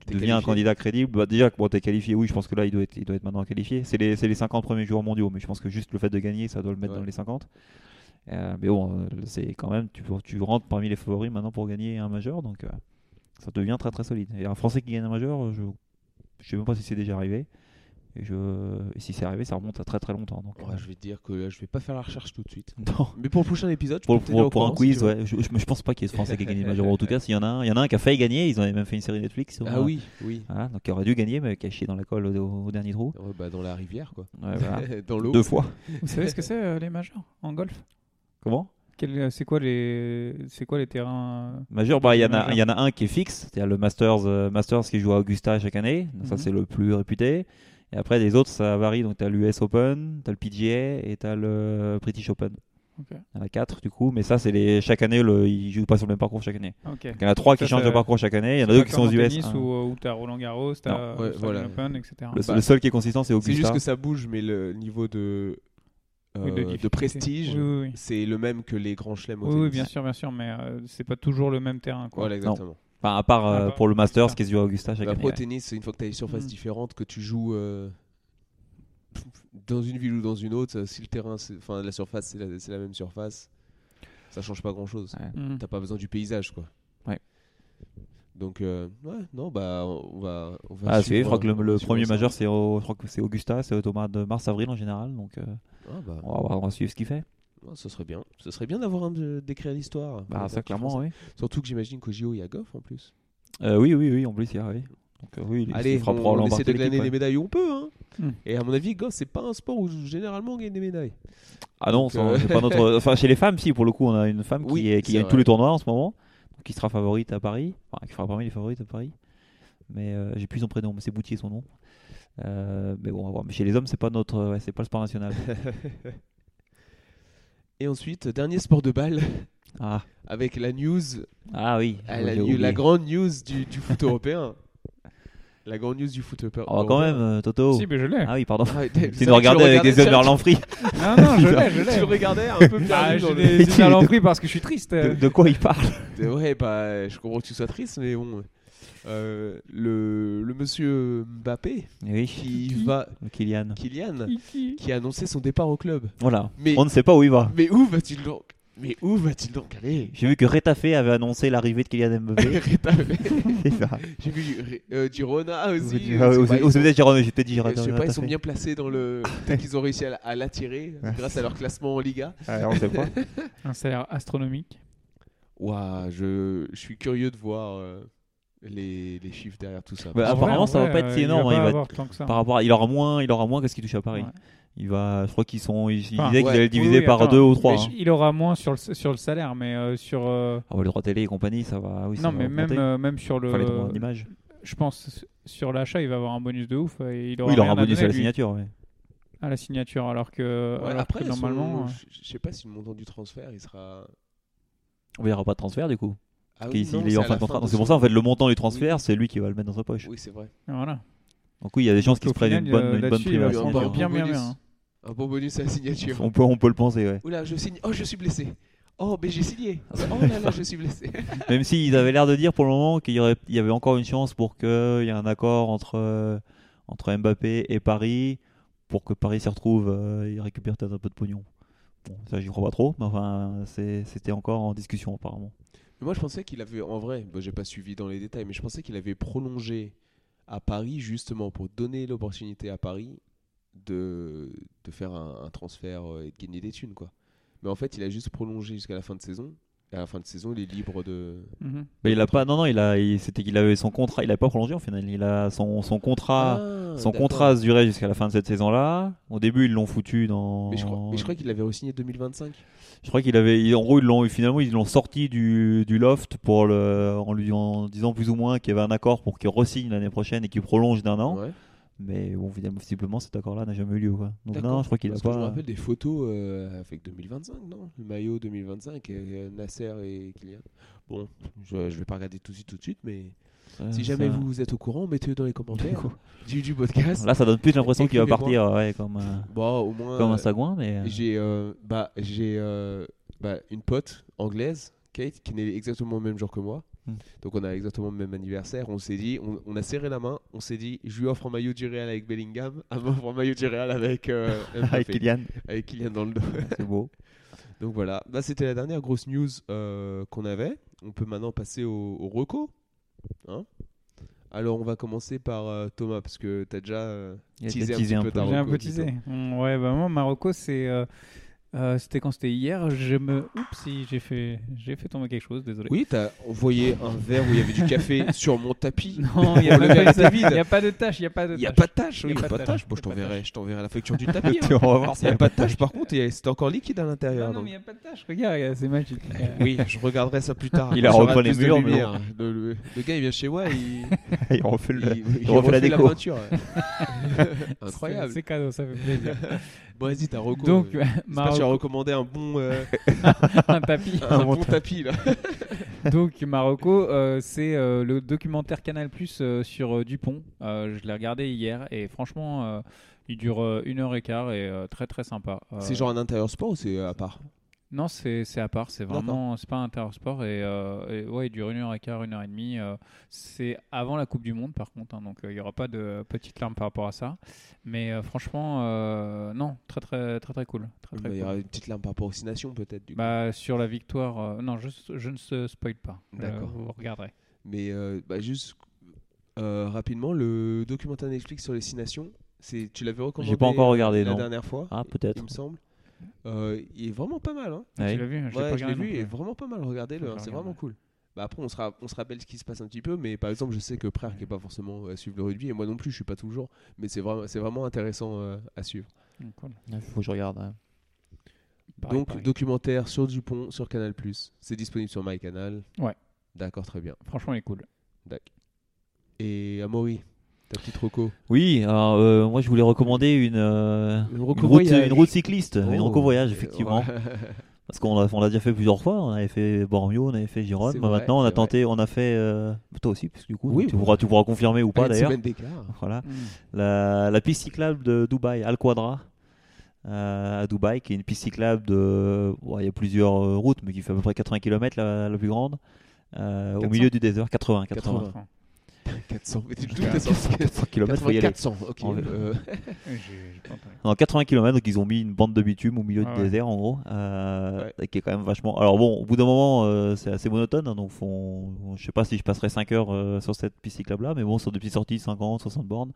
tu
T'es
deviens un
qualifié.
candidat crédible. Bah, déjà, bon, t'es qualifié, oui, je pense que là, il doit être, il doit être maintenant qualifié. C'est les, c'est les 50 premiers joueurs mondiaux, mais je pense que juste le fait de gagner, ça doit le mettre
Ouais.
dans les 50. Euh, mais bon, euh, c'est quand même, tu, tu rentres parmi les favoris maintenant pour gagner un majeur, donc euh, ça devient très très solide. Et un Français qui gagne un majeur, je je sais même pas si c'est déjà arrivé. Et, je... et si c'est arrivé, ça remonte à très très longtemps. Donc,
Ouais,
euh,
je vais te dire que euh, je vais pas faire la recherche tout de suite.
non.
Mais pour le prochain épisode, je
Pour,
peux te
pour-
tenir au
pour un
courant, si tu
quiz,
veux.
ouais, je, je- je pense pas qu'il y ait ce Français qui a gagné le Major. En tout cas, s'il y en a un, il y en a un qui a failli gagner. Ils ont même fait une série Netflix. sur,
Ah
euh,
oui, oui.
voilà, donc il aurait dû gagner, mais qui a chié dans la colle au, au dernier trou.
Euh, bah, dans la rivière, quoi.
Ouais, Ah, voilà.
dans l'eau.
Deux fois.
Vous savez ce que c'est euh, les majors en golf
Comment
Quel- euh, C'est quoi les c'est quoi les terrains euh,
Major, bah, il y, en a-
Major.
il y en a un qui est fixe, c'est-à-dire le Masters, euh, Masters qui joue à Augusta chaque année, donc ça
Mhm.
c'est le plus réputé. Et après, les autres, ça varie, donc tu as l'US Open, tu as le PGA et tu as le British Open.
Ok.
Il y en a quatre du coup, mais ça c'est les chaque année, le... ils jouent pas sur le même parcours chaque année.
euh, Ok.
Donc, il y en a trois
Ça,
qui changent de
c'est-
parcours chaque année, il y en a deux qui sont aux US. hein.
Ou où t'as Roland Garros,
Non.
t'as
Ouais,
Australian
voilà.
Open, etc.
Le,
Bah,
le seul qui est consistant c'est
C'est
Augusta.
juste que ça bouge, mais le niveau de, euh,
Oui,
de,
difficulté.
prestige,
Oui, oui, oui.
c'est le même que les grands chelems au
Oui, oui,
tennis.
bien sûr, bien sûr, mais euh, c'est pas toujours le même terrain. Quoi.
Voilà, exactement.
Enfin, à part euh,
Ah, bah,
pour le Masters
ça.
qui se joue à Augusta chaque
Bah,
année.
Après, au
ouais.
tennis, c'est une fois que tu as une surface
Mm.
différente, que tu joues euh, dans une ville ou dans une autre, euh, si le terrain, c'est- enfin la surface, c'est la, c'est la même surface, ça change pas grand chose.
hein. Ouais.
Mm.
T'as pas besoin du paysage, quoi.
Ouais.
Donc, euh, ouais, non, bah, on va. On va
Ah,
suivre,
c'est je crois que le,
on va
le
suivre
premier
ça.
majeur c'est au- je crois que c'est Augusta, c'est au mois de mars-avril en général, donc euh,
Ah, bah,
on, va, voir- on va suivre ce qu'il fait.
ouais, ce serait bien. Ce serait bien d'avoir un de- d'écrire l'histoire.
Bah,
Ouais,
ça clairement,
franchement,
oui.
Ah, ça- Surtout que j'imagine qu'au JO, il y a Goff en plus.
Euh, oui, oui, oui, en plus, il y a, oui. Donc, euh, oui, il- il
Allez,
fera
on, on
probablement
essaie de
partie l'équipe,
glaner des
ouais.
médailles où on peut. Hein.
Mm.
Et à mon avis, Goff, c'est pas un sport où généralement on gagne des médailles.
Ah non,
Donc,
ça,
euh,
c'est pas notre. Enfin, chez les femmes, si, pour le coup, on a une femme
Oui,
qui, est, qui
c'est
gagne
vrai.
tous les tournois en ce moment, donc qui sera favorite à Paris, enfin, qui fera parmi les favorites à Paris. Mais euh, j'ai plus son prénom, mais c'est Boutier son nom. Euh, mais bon, on va voir. Mais chez les hommes, c'est pas notre, ouais, c'est pas le sport national.
Et ensuite, dernier sport de balle
ah,
avec la news,
ah oui.
ah,
j'ai
la,
oublié.
new- la grande news du, du foot européen. La grande news du foot européen.
Oh, quand même, euh, Toto.
Si, mais je l'ai.
Ah oui, pardon.
Ah,
Tu
c'est
nous
vrai que
regardais avec des yeux de
Merlan-
Merlan Free.
Non, non, je l'ai, je
Ah. Tu le
l'ai.
regardais un peu
Ah,
perdu
je
dans
l'ai
le...
je l'ai en pris parce que je suis triste.
euh.
De, de quoi il parle
De- Ouais, bah, je comprends que tu sois triste, mais bon. Euh, le, le monsieur Mbappé
Eh Oui,
qui va.
Kylian.
Kylian, qui a annoncé son départ au club.
Voilà.
Mais-
On ne sait pas où il va.
Mais où va-t-il donc Mais où va-t-il donc aller
J'ai vu que Retafe avait annoncé l'arrivée de Kylian
Ah,
Mbappé. C'est ça.
J'ai vu euh, Girona
Ou
aussi.
c'est- ah,
Je
ou
sais
c'est-
pas,
ou
ils
c'est
sont-
peut-être Jérôme, j'ai peut-être dit Jérôme
Je sais pas, ils sont
Retafe.
bien placés dans le. Peut-être qu'ils ont réussi à, à l'attirer grâce à leur classement en Liga.
Ouais, on sait pas.
Un salaire astronomique.
Ouah, je, je suis curieux de voir euh, les, les chiffres derrière tout ça.
Bah,
En vrai,
apparemment,
en
ça va
vrai,
pas être si
euh,
énorme, hein, il
Il va pas
va-
avoir tant que ça.
Par rapport, à- il aura moins, il aura moins que ce qu'il touche à Paris.
Ouais.
Il va, je crois qu'ils sont, ils, ils
Enfin,
disaient
ouais.
qu'ils allaient le
Oui,
diviser
oui,
par
attends.
deux ou
Mais
trois. hein.
je- Il aura moins sur le, sur le salaire, mais euh, sur. euh,
Ah ouais, les droits télé et compagnie, ça va. ah Oui, ça
non,
va
mais même,
augmenter.
euh, même sur le.
Enfin, les droits d'image.
je pense sur l'achat, il va avoir un bonus de ouf. euh, Et il aura,
Oui, il aura
rien
un
à
bonus à
donner,
la
lui,
signature. ouais.
à la signature, alors que,
Ouais,
alors
après,
que
son-
normalement. euh,
je- je sais pas si le montant du transfert il sera.
Oui, Il n'y aura pas de transfert du coup.
Ah
Parce
oui,
qu'il-
non,
il est en
à
fin
la
de contrat.
fin
Donc
de
c'est pour
son-
ça, en fait, le montant du transfert, c'est lui qui va le mettre dans sa poche.
Oui, c'est vrai.
euh, Voilà.
Donc oui, il y a des chances
Parce
qu'il
qu'au
se prenne
final,
une bonne,
euh,
une bonne
là-dessus,
prime. à
il
la
il va
va
avoir
signature.
prendre bien, bien,
bonus.
bien. hein.
Un bon bonus à la signature.
On peut, on peut le penser, ouais.
Oula, je signe. Oh, je suis blessé. Oh, mais j'ai signé. Oh là là, je suis blessé.
Même s'ils avaient l'air de dire pour le moment qu'il y, aurait- il y avait encore une chance pour qu'il y ait un accord entre, euh, entre Mbappé et Paris, pour que Paris s'y retrouve euh, et récupère peut-être un peu de pognon. Bon, ça, j'y crois pas trop, mais enfin, c'est- c'était encore en discussion apparemment.
Mais Moi, je pensais qu'il avait, en vrai, bah, j'ai pas suivi dans les détails, mais je pensais qu'il avait prolongé à Paris justement pour donner l'opportunité à Paris de, de faire un, un transfert euh, et de gagner des thunes, quoi. Mais en fait, il a juste prolongé jusqu'à la fin de saison. Et à la fin de saison, il est libre de.
Mhm.
Mais il a pas, non, non, il a, il- c'était qu'il avait son contrat, il a pas prolongé en final. Il a son, son
Ah,
contrat, son
d'accord.
Ah, contrat se durait jusqu'à la fin de cette saison-là. Au début, ils l'ont foutu dans.
Mais je crois, mais je crois qu'il avait re-signé 2025.
Je crois qu'il avait, il- en gros, ils l'ont finalement ils l'ont sorti du, du loft pour le, en lui en disant plus ou moins qu'il y avait un accord pour qu'il re-signe l'année prochaine et qu'il prolonge d'un an.
Ouais.
Mais bon, finalement, visiblement, cet accord-là n'a jamais eu lieu. Quoi. Donc
D'accord.
non, je crois qu'il a
Parce que je me
pas.
rappelle des photos euh, avec 2025, non Le maillot 2025, euh, Nasser et Kylian. Bon, je, je vais pas regarder tout de suite, tout de suite, mais
euh,
si jamais
ça-
vous êtes au courant, mettez-le dans les commentaires
D'accord.
du, du podcast.
Là, ça donne plus l'impression qu'il va
Écrivez-moi.
partir ouais, comme, un-
Bon, au moins,
comme un
euh,
sagouin, mais. euh,
j'ai euh, bah, j'ai euh, bah, une pote anglaise, Kate, qui naît exactement le même jour que moi.
Hmm.
Donc on a exactement le même anniversaire. On s'est dit, on, on a serré la main. On s'est dit, je lui offre un maillot du Real avec Bellingham, un offre un maillot du Real avec euh,
Avec
Mbappé,
Kylian,
avec Kylian dans le dos.
c'est beau.
Donc voilà, Bah, c'était la dernière grosse news euh, qu'on avait. On peut maintenant passer au, au reco. Hein Alors on va commencer par euh, Thomas parce que t'as déjà euh,
Il a
teasé un
teasé
petit
un
peu
peu.
ta
J'ai un
reco,
peu
dis-toi.
teasé. Mm, Ouais, bah moi, Marocco, c'est. euh, euh, c'était quand c'était hier, je me. Oups, si, j'ai fait, j'ai fait tomber quelque chose, désolé.
Oui, t'as envoyé un verre où il y avait du café sur mon tapis.
Non, il n'y a,
Le
pas
verre
de
était
tâche,
vide.
y a pas de tâche, il n'y a pas de
Il n'y a
tâche.
pas de tâche, oui, il n'y a pas de tâche. Bon, je
Y a pas de
t'enverrai,
tâche.
je t'enverrai la facture du tapis. hein.
on va voir
Il n'y a pas de tâche, par contre, il y a- c'était encore liquide à l'intérieur.
Non, non,
donc.
mais il n'y a pas de tâche, regarde, y a- c'est magique.
Oui, je regarderai ça plus tard.
Il a
Quand
repeint
j'aurai
les
plus de
murs, mais
lumière. le, le- le gars, il vient chez moi, il,
il refait le.
il- il
refait la déco.
peinture. Incroyable.
C'est- C'est cadeau, ça fait plaisir.
Bon, vas-y, t'as reco.
Donc,
euh, j'espère que tu as
Marocco,
recommandé un bon, euh,
un tapis.
un bon tapis là.
Donc Marocco, euh, c'est euh, le documentaire Canal Plus sur euh, Dupont. Euh, je l'ai regardé hier et franchement, euh, il dure euh, une heure et quart et euh, très très sympa. Euh,
C'est genre un intérieur sport ou c'est euh, à part
Non, c'est c'est à part, c'est
D'accord.
vraiment, c'est pas un intersport et, euh, et ouais, il dure une heure et quart, une heure et demie. euh, c'est avant la Coupe du Monde par contre, hein, donc euh, il y aura pas de petite larme par rapport à ça. Mais euh, franchement, euh, non, très très très très cool, très
Bah,
très
Il y
cool.
aura une petite lame par rapport aux six nations, peut-être. du coup.
Bah, sur la victoire, euh, non, je, je ne se spoil pas. Euh,
D'accord.
vous regarderez.
Mais euh, bah, juste euh, rapidement, le documentaire Netflix sur les six nations, c'est tu l'avais recommandé
J'ai pas encore
euh,
regardé,
la
non.
dernière fois,
Ah, peut-être.
il me semble. Euh, il est vraiment pas mal. Hein.
Ouais.
Tu l'as vu Je l'ai
Ouais,
pas
je l'ai
regardé non
vu, il est
plus.
vraiment pas mal. Regardez-le,
Je
hein,
le
c'est vraiment
regarderai.
cool. Bah, après, on, sera, on se rappelle ce qui se passe un petit peu, mais par exemple, je sais que Frère, qui est pas forcément euh, à suivre le rugby, et moi non plus, je suis pas tout le jour, mais c'est vraiment, c'est vraiment intéressant euh, à suivre.
Donc, voilà.
Il faut que je regarde. ouais.
Pareil,
Donc,
pareil.
documentaire sur Dupont, sur Canal, c'est disponible sur MyCanal.
Ouais.
D'accord, très bien.
franchement, il est cool.
Et Amaury, ta petite Rocco
Oui, alors euh, moi je voulais recommander une, euh,
Une
une,
roco
route,
voyage.
une route cycliste, une
Oh.
roco voyage effectivement. Parce qu'on l'a, on l'a déjà fait plusieurs fois, on avait fait Bormio, on avait fait Gironde,
C'est
Moi,
vrai,
maintenant on a
c'est
tenté, on a fait euh, toi aussi, parce que du coup
Oui, Ben.
tu,
bon.
pourras, tu pourras confirmer ou
Pas
pas d'ailleurs.
semaine d'écart.
Voilà.
Mm.
La, la piste cyclable de Dubaï, Al Quadra, euh, à Dubaï, qui est une piste cyclable de. bon, il y a plusieurs euh, routes, mais qui fait à peu près 80 km la, la plus grande, euh, au
400.
milieu du désert, 80, 80.
80. 400, mais tu doubles
Ouais.
tes sens.
400 km, faut y aller.
400, ok.
En vélo.
euh,
J'ai j'ai pas entendu.
Non, 80 km, donc ils ont mis une bande de bitume au milieu
Ah
du
ouais.
désert en gros, euh,
Ouais.
et qui est quand même vachement. Alors bon, au bout d'un moment, euh, c'est assez monotone, hein, donc faut- on- je sais pas si je passerai 5 heures euh, sur cette piste cyclable là, mais bon, sur des petites sorties, 50, 60 bornes,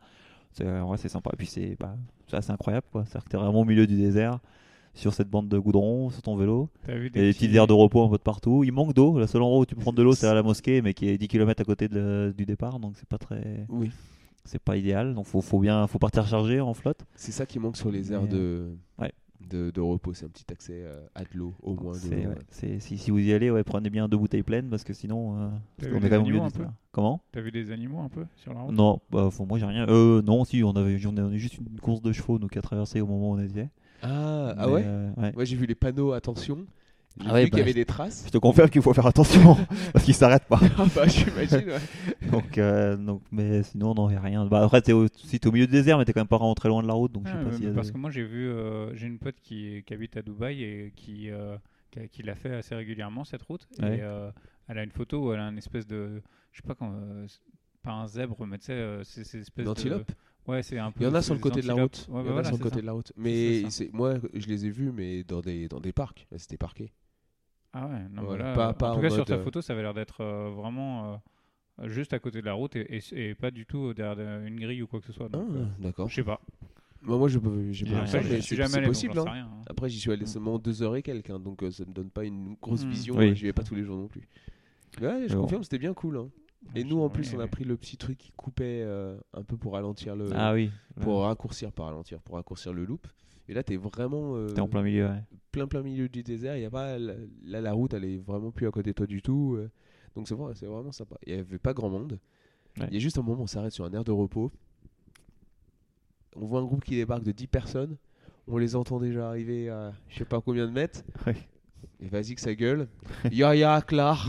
c'est ouais, c'est sympa. Et puis c'est bah, c'est assez incroyable quoi, c'est-à-dire que t'es vraiment au milieu du désert, sur cette bande de goudron, sur ton vélo,
T'as vu
et des petites aires de repos un peu de partout. Il manque d'eau, la seule endroit où tu peux prendre de l'eau, c'est à la mosquée, mais qui est 10 km à côté de- du départ, donc c'est pas très.
oui,
C'est pas idéal, donc faut, faut bien faut partir chargé en flotte.
c'est ça qui manque sur les aires
Mais,
de,
ouais.
de, de repos. C'est un petit accès euh, à de l'eau, au moins. de
C'est-
l'eau, euh.
ouais,
ouais.
c'est- si, si vous y allez, ouais, prenez bien deux bouteilles pleines parce que sinon, euh,
T'as
parce
vu
qu'on
les
est quand même au milieu
animaux un
du
peu
terrain. Comment
T'as vu des animaux un peu sur la route
Non, bah, faut- moi j'ai rien. Euh, non, si on avait, on a juste une course de chevaux nous qui a traversé au moment où on était.
Ah, ah
Mais,
ouais
euh, ouais.
Moi j'ai vu les panneaux, attention. J'ai
Ah ouais,
vu qu'il y
bah,
avait des traces.
Je te confirme qu'il faut faire attention parce qu'ils s'arrêtent pas.
ah bah j'imagine, ouais.
Donc, euh, donc, mais sinon non, y a rien. Bah, après, t'es au, si t'es au milieu du désert, mais t'es quand même pas vraiment très loin de la route, donc je
Ah,
sais pas
mais-
si.
Parce que moi j'ai vu, euh, j'ai une pote qui, qui habite à Dubaï et qui, euh, qui, a- qui l'a fait assez régulièrement cette route.
Ouais.
Et euh, elle a une photo où elle a un espèce de, je sais pas comment, euh, c'est pas un zèbre, mais tu sais, euh, c'est c'est espèce
Une antilope.
de. Ouais, c'est un peu.
Il y en a
c'est
sur le
des
côté de la
antilopes.
route.
Ouais,
Il y en
bah
a
voilà,
sur le
c'est
côté
ça.
de la route.
ça.
Mais c'est- moi je les ai vus, mais dans des, dans des parcs. Là, C'était parqué.
Ah ouais, non, mais
Voilà,
là,
pas-
euh,
pas
en
en
tout cas sur
mode,
ta
euh,
photo, ça avait l'air d'être euh, vraiment euh, juste à côté de la route et, et- et pas du tout derrière de- une grille ou quoi que ce soit.
Ah,
donc, euh,
d'accord.
je sais pas.
Bah, moi j'ai pas vu. j'ai
Il y
pas
a
vu
un
ça, mais
parc,
je
c'est-
suis jamais
c'est
allé, donc
possible.
j'en sais
hein.
rien, hein.
Après, j'y suis allé
Mm.
seulement deux heures et quelques, hein, donc euh, ça me donne pas une grosse
Mm.
vision.
Oui.
hein, J'y vais pas tous les jours non plus. Mais ouais, je
Mais bon.
confirme, c'était bien cool. hein. Et
Je
nous, en
sais pas,
plus, on
mais-
a pris le petit truc qui coupait euh, un peu pour ralentir le,
euh,
Ah oui.
pour raccourcir, pas ralentir, pour raccourcir le loop. Et là, t'es vraiment euh,
T'es en plein milieu. ouais.
plein plein milieu du désert. Y a pas la- là, la route, elle est vraiment plus à côté de toi du tout. euh. donc c'est vrai, c'est vraiment sympa. Il y avait pas grand monde. Il
Ouais.
y a juste un moment, où on s'arrête sur un air de repos. On voit un groupe qui débarque de 10 personnes. On les entend déjà arriver à je sais pas combien de mètres.
Ouais.
Et vas-y que ça gueule. ya ya, Klar.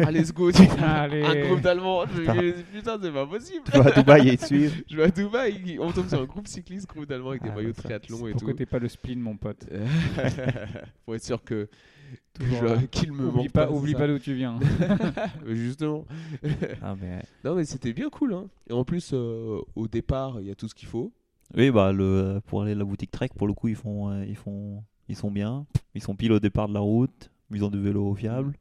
Ah, let's go. tu vois.
Allez.
Un groupe d'Allemands. Je-
Putain.
je- Putain, c'est pas possible.
Tu vas à Dubaï et te suivent.
Je vais à Dubaï. On tombe sur un groupe cycliste, groupe d'Allemands avec des
Ah,
maillots de
bah ça,
triathlon
C'est
et tout.
Pourquoi t'es pas le spleen, mon pote
pour être sûr que
Toujours
je-
là.
qu'il me
Oublie
manque
pas,
c'est
oublie
ça.
pas d'où tu viens.
Justement.
Ah, mais...
Non mais c'était bien cool. Hein. Et en plus, euh, au départ, il y a tout ce qu'il faut.
Oui, bah le pour aller à la boutique Trek, pour le coup, ils font, euh, ils font, ils sont bien. Ils sont pile au départ de la route. Ils ont du vélo fiable.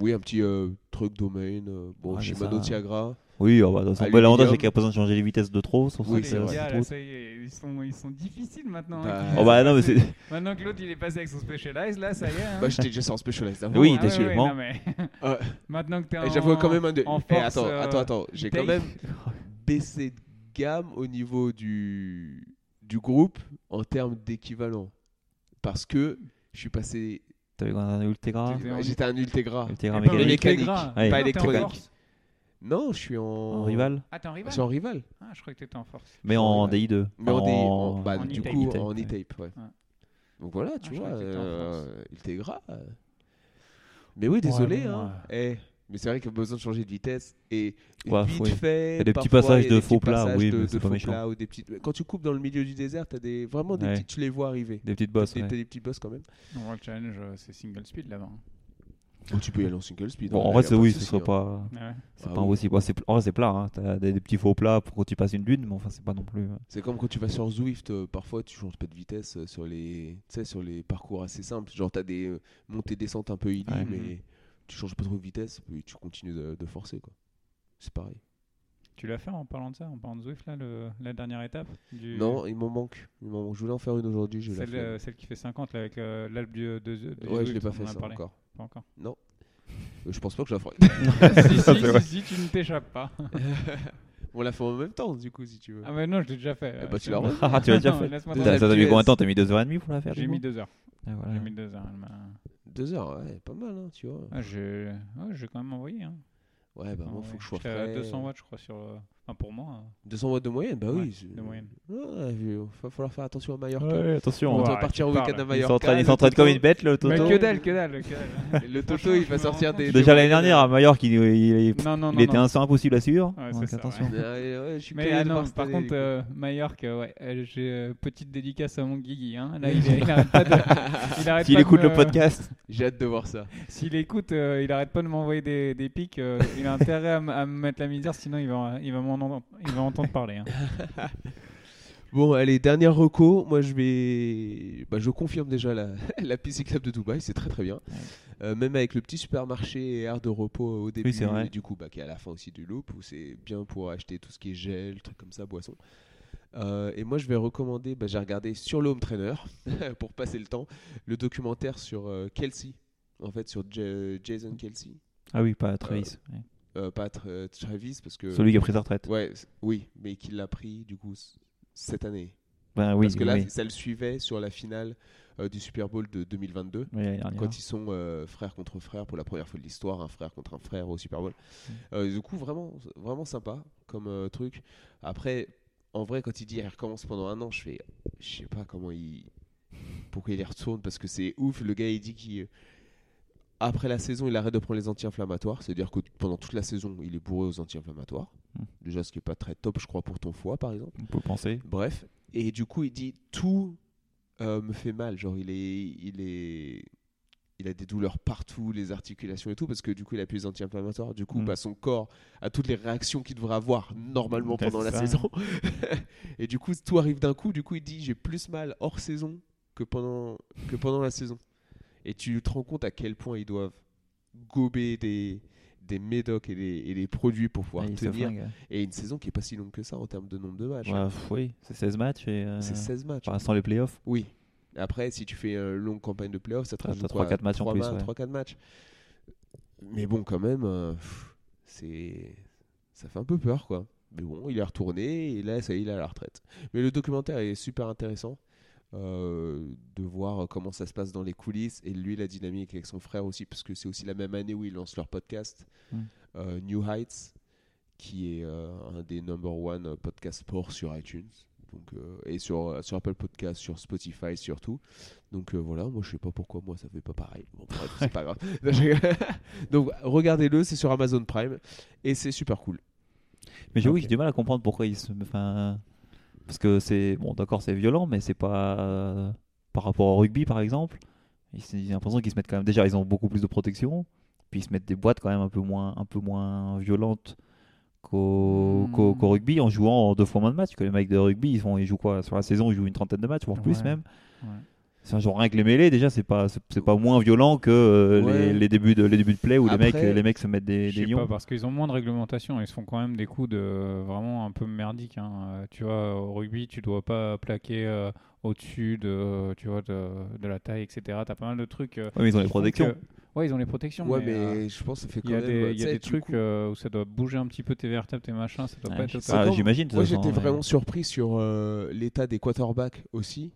Oui, un petit euh, truc domaine. euh, bon,
Ouais, c'est
Shimano
ça.
Tiagra.
Oui, oh, bah, dans son
Aluminium.
bel avantage, c'est qu'il n'y a pas besoin de changer les vitesses de trop. Sauf
Oui,
que
c'est
ça-
vrai.
ça
gars,
trop.
là, ça y est, ils sont, ils sont difficiles maintenant. hein,
Bah,
qu'ils-
Oh, bah non, mais c'est.
Maintenant que l'autre il est passé avec son Specialized, là, ça y est.
Ah.
hein.
Bah, j'étais déjà sur un Specialized avant.
Oui,
hein.
Ah
t'es
ouais,
sûr,
ouais,
bon.
non, mais-
Euh,
Maintenant que t'es en.
Et j'avoue quand même un des.
en
Eh,
force,
attends,
euh,
attends, attends. J'ai quand
tape.
même baissé de gamme au niveau du, du groupe en termes d'équivalent. Parce que je suis passé.
T'avais quoi, un Ultegra
T'étais en-
J'étais un Ultegra.
Ah. Ultegra
T'es pas
Mais
mécanique.
mécanique,
Ultegra.
pas
Non, t'es en
électronique.
force.
Non, je suis en.
En rival
Ah, t'es en
Je
rival
suis en rival.
Ah, je crois que t'étais en force.
Mais en DI2.
Mais en, des- en- bah,
en
du
e-tape.
coup,
E-tape,
en
ouais.
e-tape, ouais.
Ouais. Ah,
Donc voilà, tu
je
vois,
croyais que t'étais en
euh, il était gras. euh. Mais oui, désolé.
bon,
hein. Eh, mais c'est vrai qu'il y a besoin de changer de vitesse. Et et
Ouais,
vite
oui.
fait,
Il y a des petits
parfois, il
passages
y a
de
des
faux
petits
plats,
passages
oui,
de-
mais
de
c'est pas
faux
méchant.
plats ou des petites... Quand tu coupes dans le milieu du désert, t'as des... vraiment des
Ouais.
petites... tu les vois arriver.
Des petites
T'as
bosses.
des,
ouais.
t'as des petits boss quand même.
Bon, le challenge, euh, c'est single speed là-bas. hein.
Ou tu peux y aller en single speed.
Bon,
hein,
en
là,
vrai,
y a
c'est
pas de
oui, ce
souci,
serait
hein.
pas.
Ah ouais.
C'est
Ah
pas
oui.
impossible. Bon, c'est- en vrai, c'est plat. Hein. T'as des, des petits faux plats pour quand tu passes une dune, mais enfin, c'est pas non plus. hein.
C'est comme quand tu vas sur Zwift, euh, parfois tu changes pas de vitesse euh, sur les, tu sais, sur les parcours assez simples. Genre t'as des euh, montées descentes un peu illy,
Ouais.
mais tu changes pas trop de vitesse, puis tu continues de, de forcer quoi. C'est pareil.
Tu l'as fait en parlant de ça, en parlant de Zwift, là, le- la dernière étape du-
Non, il m'en manque. Il m'en manque. Je voulais en faire une aujourd'hui, je l'ai
Celle,
fait.
euh, celle qui fait 50 là, avec euh, l'Alpe du- de, de, de
Ouais, je
Zwift,
l'ai pas
on
fait
en a
ça
parlé.
encore.
Pas encore.
Euh, Je pense pas que je la ferai.
si, si,
C'est vrai.
si, si, tu ne t'échappes pas.
On la fait en même temps du coup si tu veux.
Ah, mais non, je l'ai déjà fait.
Eh
euh,
bah, tu
c'est
l'as
bon.
refait.
Ah, tu l'as déjà
Non,
fait.
laisse-moi
Deux
T'as-
tranquille.
Ça t'a mis
LPS.
combien de temps T'as mis 2h30 pour la faire
J'ai
du
mis
coup
deux heures.
Ah, voilà.
J'ai mis deux heures. elle m'a-
Deux heures, ouais, pas mal hein, tu vois.
Ah, j'ai ouais, j'ai quand même envoyé. Hein.
Ouais, bah
Ah,
moi
ouais.
faut que je sois
J'étais à
frais.
200 watts, je crois, sur. le- Enfin, pour moi. euh,
200 watts de moyenne, bah
Ouais,
oui. c'est-
de moyenne.
Ouais, il va falloir faire attention à Mallorca.
Ouais,
On
attention.
Ouais,
doit partir au
tu
week-end
parles.
à
Il
Mallorca.
s'entraîne il
Ah, le
s'entraîne
Toto-
comme une bête, le
Mais
Toto.
que dalle, que dalle, que dalle.
Le Toto,
Franchement,
il
je
va
me
sortir
rends
des.
compte.
des
Déjà l'année
moyennes,
dernière à Majorque, il, il- il-
Non, non, non.
il était
non.
un saut impossible à suivre.
Ouais,
donc
c'est ça,
attention.
ouais.
Euh, ouais, je suis
Mais
curieux
ah
de
non,
voir cette
par
année,
contre,
les
euh, Majorque, euh, ouais, euh, j'ai euh, petite dédicace à mon Guigui. Hein. Là, il, est- il arrête pas de. il arrête
S'il
pas de
écoute le
euh,
me-
podcast,
gars. J'ai hâte de voir ça.
S'il écoute, euh, il arrête pas de m'envoyer des, des pics. euh, il a intérêt à, m- à me mettre la misère, sinon il va, il va m'en entendre, il va entendre parler. hein.
Bon, allez, dernière reco. Moi, je vais. Bah, je confirme déjà la, la piste cyclable de Dubaï, c'est très très bien. Euh, même avec le petit supermarché et aire de repos au début,
c'est vrai.
et du coup, bah, qui est à la fin aussi du loop, où c'est bien pour acheter tout ce qui est gel, trucs comme ça, boissons. Euh, et moi, je vais recommander, bah, j'ai regardé sur le Home Trainer, pour passer le temps, le documentaire sur euh, Kelsey, en fait, sur Ja- Jason Kelsey.
ah oui, pas Travis, ouais.
Euh, pas Tra- Travis, parce que.
euh, celui qui a pris sa retraite.
Ouais, c- oui, mais qu'il l'a pris du coup c- cette année.
Ben oui,
Parce que là,
oui.
ça le suivait sur la finale euh, du Super Bowl de 2022.
Oui, l'année dernière.
Quand ils sont euh, frère contre frère pour la première fois de l'histoire, un frère contre un frère au Super Bowl.
Mm.
Euh, du coup, vraiment, vraiment sympa comme euh, truc. Après, en vrai, quand il dit elle recommence pendant un an, je fais, je sais pas comment il, pourquoi il y retourne parce que c'est ouf. Le gars, il dit qu'il euh, après la saison, il arrête de prendre les anti-inflammatoires. C'est-à-dire que pendant toute la saison, il est bourré aux anti-inflammatoires.
Mm.
Déjà, ce qui est pas très top, je crois, pour ton foie, par exemple.
On peut penser.
Bref, et du coup, il dit tout euh, me fait mal. Genre, il est, il est, il a des douleurs partout, les articulations et tout, parce que du coup, il a plus les anti-inflammatoires. Du coup,
Mm.
bah, son corps a toutes les réactions qu'il devrait avoir normalement
Bah,
pendant
c'est
la
ça.
saison. et du coup, tout arrive d'un coup. Du coup, il dit j'ai plus mal hors saison que pendant que pendant la saison. Et tu te rends compte à quel point ils doivent gober des des médocs et des, et des produits pour pouvoir
Ouais, Ah, il se
tenir.
flingue.
Et une saison qui est pas si longue que ça en termes de nombre de matchs.
Ouais, pff, oui, c'est 16 matchs et euh,
C'est 16 matchs.
enfin, sans les playoffs.
Oui. Après, si tu fais une longue campagne de playoff, ça te
Ah,
rajoute
t'as trois, quatre matchs en plus, ouais.
3-4 matchs. Mais bon, quand même, euh, pff, c'est ça fait un peu peur, quoi. Mais bon, il est retourné et là, ça y est, il est à la retraite. Mais le documentaire est super intéressant euh, de voir comment ça se passe dans les coulisses et lui, la dynamique avec son frère aussi, parce que c'est aussi la même année où ils lancent leur podcast,
Mm.
euh, New Heights, qui est euh, un des number one podcast sport sur iTunes. Donc, euh, et sur, sur Apple Podcast, sur Spotify surtout. Donc euh, voilà, moi je sais pas pourquoi moi ça fait pas pareil. Bon, bref, c'est pas grave. Non, je rigole. Donc regardez-le, c'est sur Amazon Prime et c'est super cool.
Mais j'avoue
Ok.
que j'ai du mal à comprendre pourquoi ils se. Enfin, parce que c'est. Bon, d'accord, c'est violent, mais c'est pas. euh, par rapport au rugby, par exemple. Ils se- J'ai l'impression qu'ils se mettent quand même. Déjà, ils ont beaucoup plus de protection. Puis ils se mettent des boîtes quand même un peu moins, un peu moins violentes qu'au
Hmm.
qu'au- qu'au rugby en jouant deux fois moins de matchs. Que les mecs de rugby, ils, font, ils jouent quoi Sur la saison, ils jouent une trentaine de matchs, voire plus
Ouais.
même.
Ouais.
Enfin, genre rien que les mêlées, déjà, c'est pas, c'est c'est pas moins violent que euh,
Ouais.
les, les débuts de, les débuts de play où les,
Après-
mecs, les mecs se mettent des,
Je
des
sais pas,
lions.
parce qu'ils ont moins de réglementation. Ils se font quand même des coups de euh, vraiment un peu merdiques. hein. Euh, tu vois, au rugby, tu dois pas plaquer euh, au-dessus de, euh, tu vois, de, de la taille, etc. T'as pas mal de trucs. euh,
Ouais, mais ils ont les
qui font
protections.
que- Ouais, ils ont les protections.
Ouais, mais,
mais, euh,
je pense que ça fait quand
il y a
même. bah,
des, il y a
tu sais,
des
du
trucs
coup,
euh, où ça doit bouger un petit peu tes vertèbres, tes machins. Ça doit
Ouais,
pas
je
être
sais
au
pas,
Ah,
top.
J'imagine. de toute
Moi,
façon,
j'étais
mais-
vraiment surpris sur euh, l'état des quarterbacks aussi.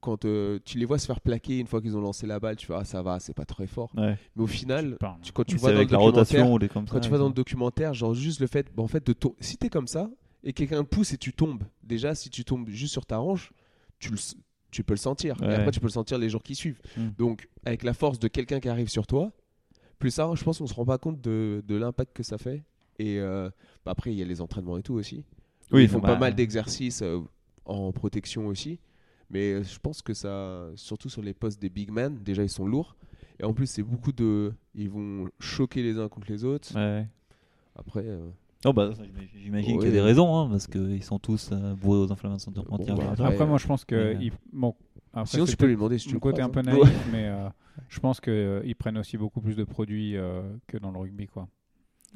Quand euh, tu les vois se faire plaquer une fois qu'ils ont lancé la balle, tu fais ah ça va, c'est pas très fort.
Ouais.
Mais au
Tu
final,
parles.
Ah, tu- quand tu
C'est
vois dans le
avec la
documentaire,
rotation ou des comme ça.
quand tu
et
vas dans le
tout.
documentaire, genre juste le fait, bah, en fait, de tom- si t'es comme ça et quelqu'un te pousse et tu tombes, déjà si tu tombes juste sur ta hanche, tu le s- tu peux le sentir.
Ouais.
Et après, tu peux le sentir les jours qui suivent.
Mm.
Donc, avec la force de quelqu'un qui arrive sur toi, plus ça, je pense qu'on se rend pas compte de, de l'impact que ça fait. Et euh, bah, après, il y a les entraînements et tout aussi.
Oui,
Ils font
non,
pas
bah,
mal d'exercices euh, en protection aussi. Mais euh, je pense que ça, surtout sur les postes des big men, déjà ils sont lourds. Et en plus, c'est beaucoup de. Ils vont choquer les uns contre les autres.
ouais.
Après, euh,
Non, bah, j'imagine- j'imagine qu'il y
Ouais.
a des raisons, hein, parce qu'ils sont tous euh, bourrés aux inflammations de
Bon, bah,
respiratoires.
après,
Après, moi, je pense que.
Ouais.
ils- Bon, après,
sinon,
c'est
tu peux lui demander si tu
le
le
côté
croises,
un peu
hein.
naïf, mais euh, je pense qu'ils prennent aussi beaucoup plus de produits euh, que dans le rugby. Quoi.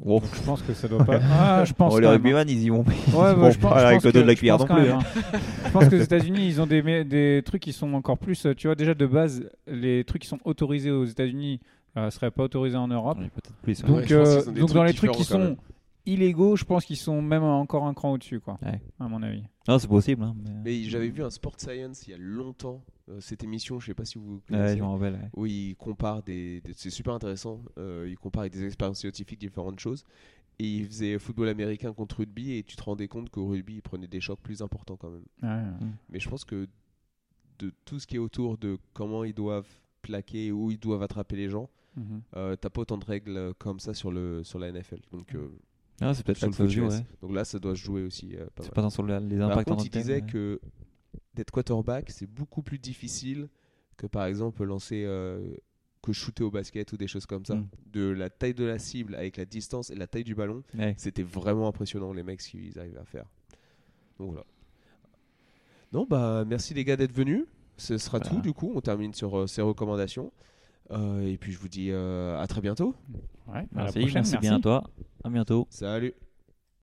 Oh.
Wow.
Donc, je pense que ça doit pas. Ah, je pense.
Oh,
quand
les
même,
rugbyman, ils y vont.
hein. Ouais, ouais,
bon,
je pense,
pas
je
avec
pense
le dos de
que-
la
je
cuillère
pense
non
quand
plus,
même, hein. je pense que les États-Unis, ils ont des, mé- des trucs qui sont encore plus. euh, Tu vois, déjà de base, les trucs qui sont autorisés aux États-Unis ne seraient pas autorisés en Europe.
Oui, peut-être plus. hein. ouais.
Ouais,
Donc,
je pense
euh,
qu'ils ont des
donc
trucs
dans les trucs qui
différents, quand même.
sont illégaux, je pense qu'ils sont même encore un cran au-dessus, quoi.
Ouais.
À mon avis.
Non, c'est possible. Hein, mais...
Mais j'avais vu un Sport Science il y a longtemps, euh, cette émission, je sais pas si vous
Ouais,
connaissez,
je m'en rappelle. ouais.
où il compare des. des- c'est super intéressant, euh, il compare avec des expériences scientifiques différentes choses. Et il faisait football américain contre rugby, et tu te rendais compte qu'au rugby, il prenait des chocs plus importants quand même.
Ouais.
Mais je pense que de tout ce qui est autour de comment ils doivent plaquer, où ils doivent attraper les gens,
Mhm.
euh, t'as pas autant de règles comme ça sur, le, sur la NFL. Donc, euh,
Ah, c'est peut-être
sur
ça
le
que ça se
foot
joue,
US.
ouais.
Donc là, ça doit se jouer aussi euh, pas
C'est
mal.
pas dans- sur le- les impacts
Par
en tant
contre, il
que tel,
disait
ouais.
que d'être quarterback, c'est beaucoup plus difficile que par exemple lancer, euh, que shooter au basket ou des choses comme ça.
Mm.
De la taille de la cible avec la distance et la taille du ballon,
Ouais.
c'était vraiment impressionnant les mecs ce qu'ils arrivaient à faire. Donc voilà. Non, bah merci les gars d'être venus. Ce sera
Voilà.
tout du coup. On termine sur euh, ces recommandations. Euh, et puis je vous dis euh, à très bientôt.
Ouais, à la
Merci,
prochaine,
merci bien à toi. À bientôt.
Salut.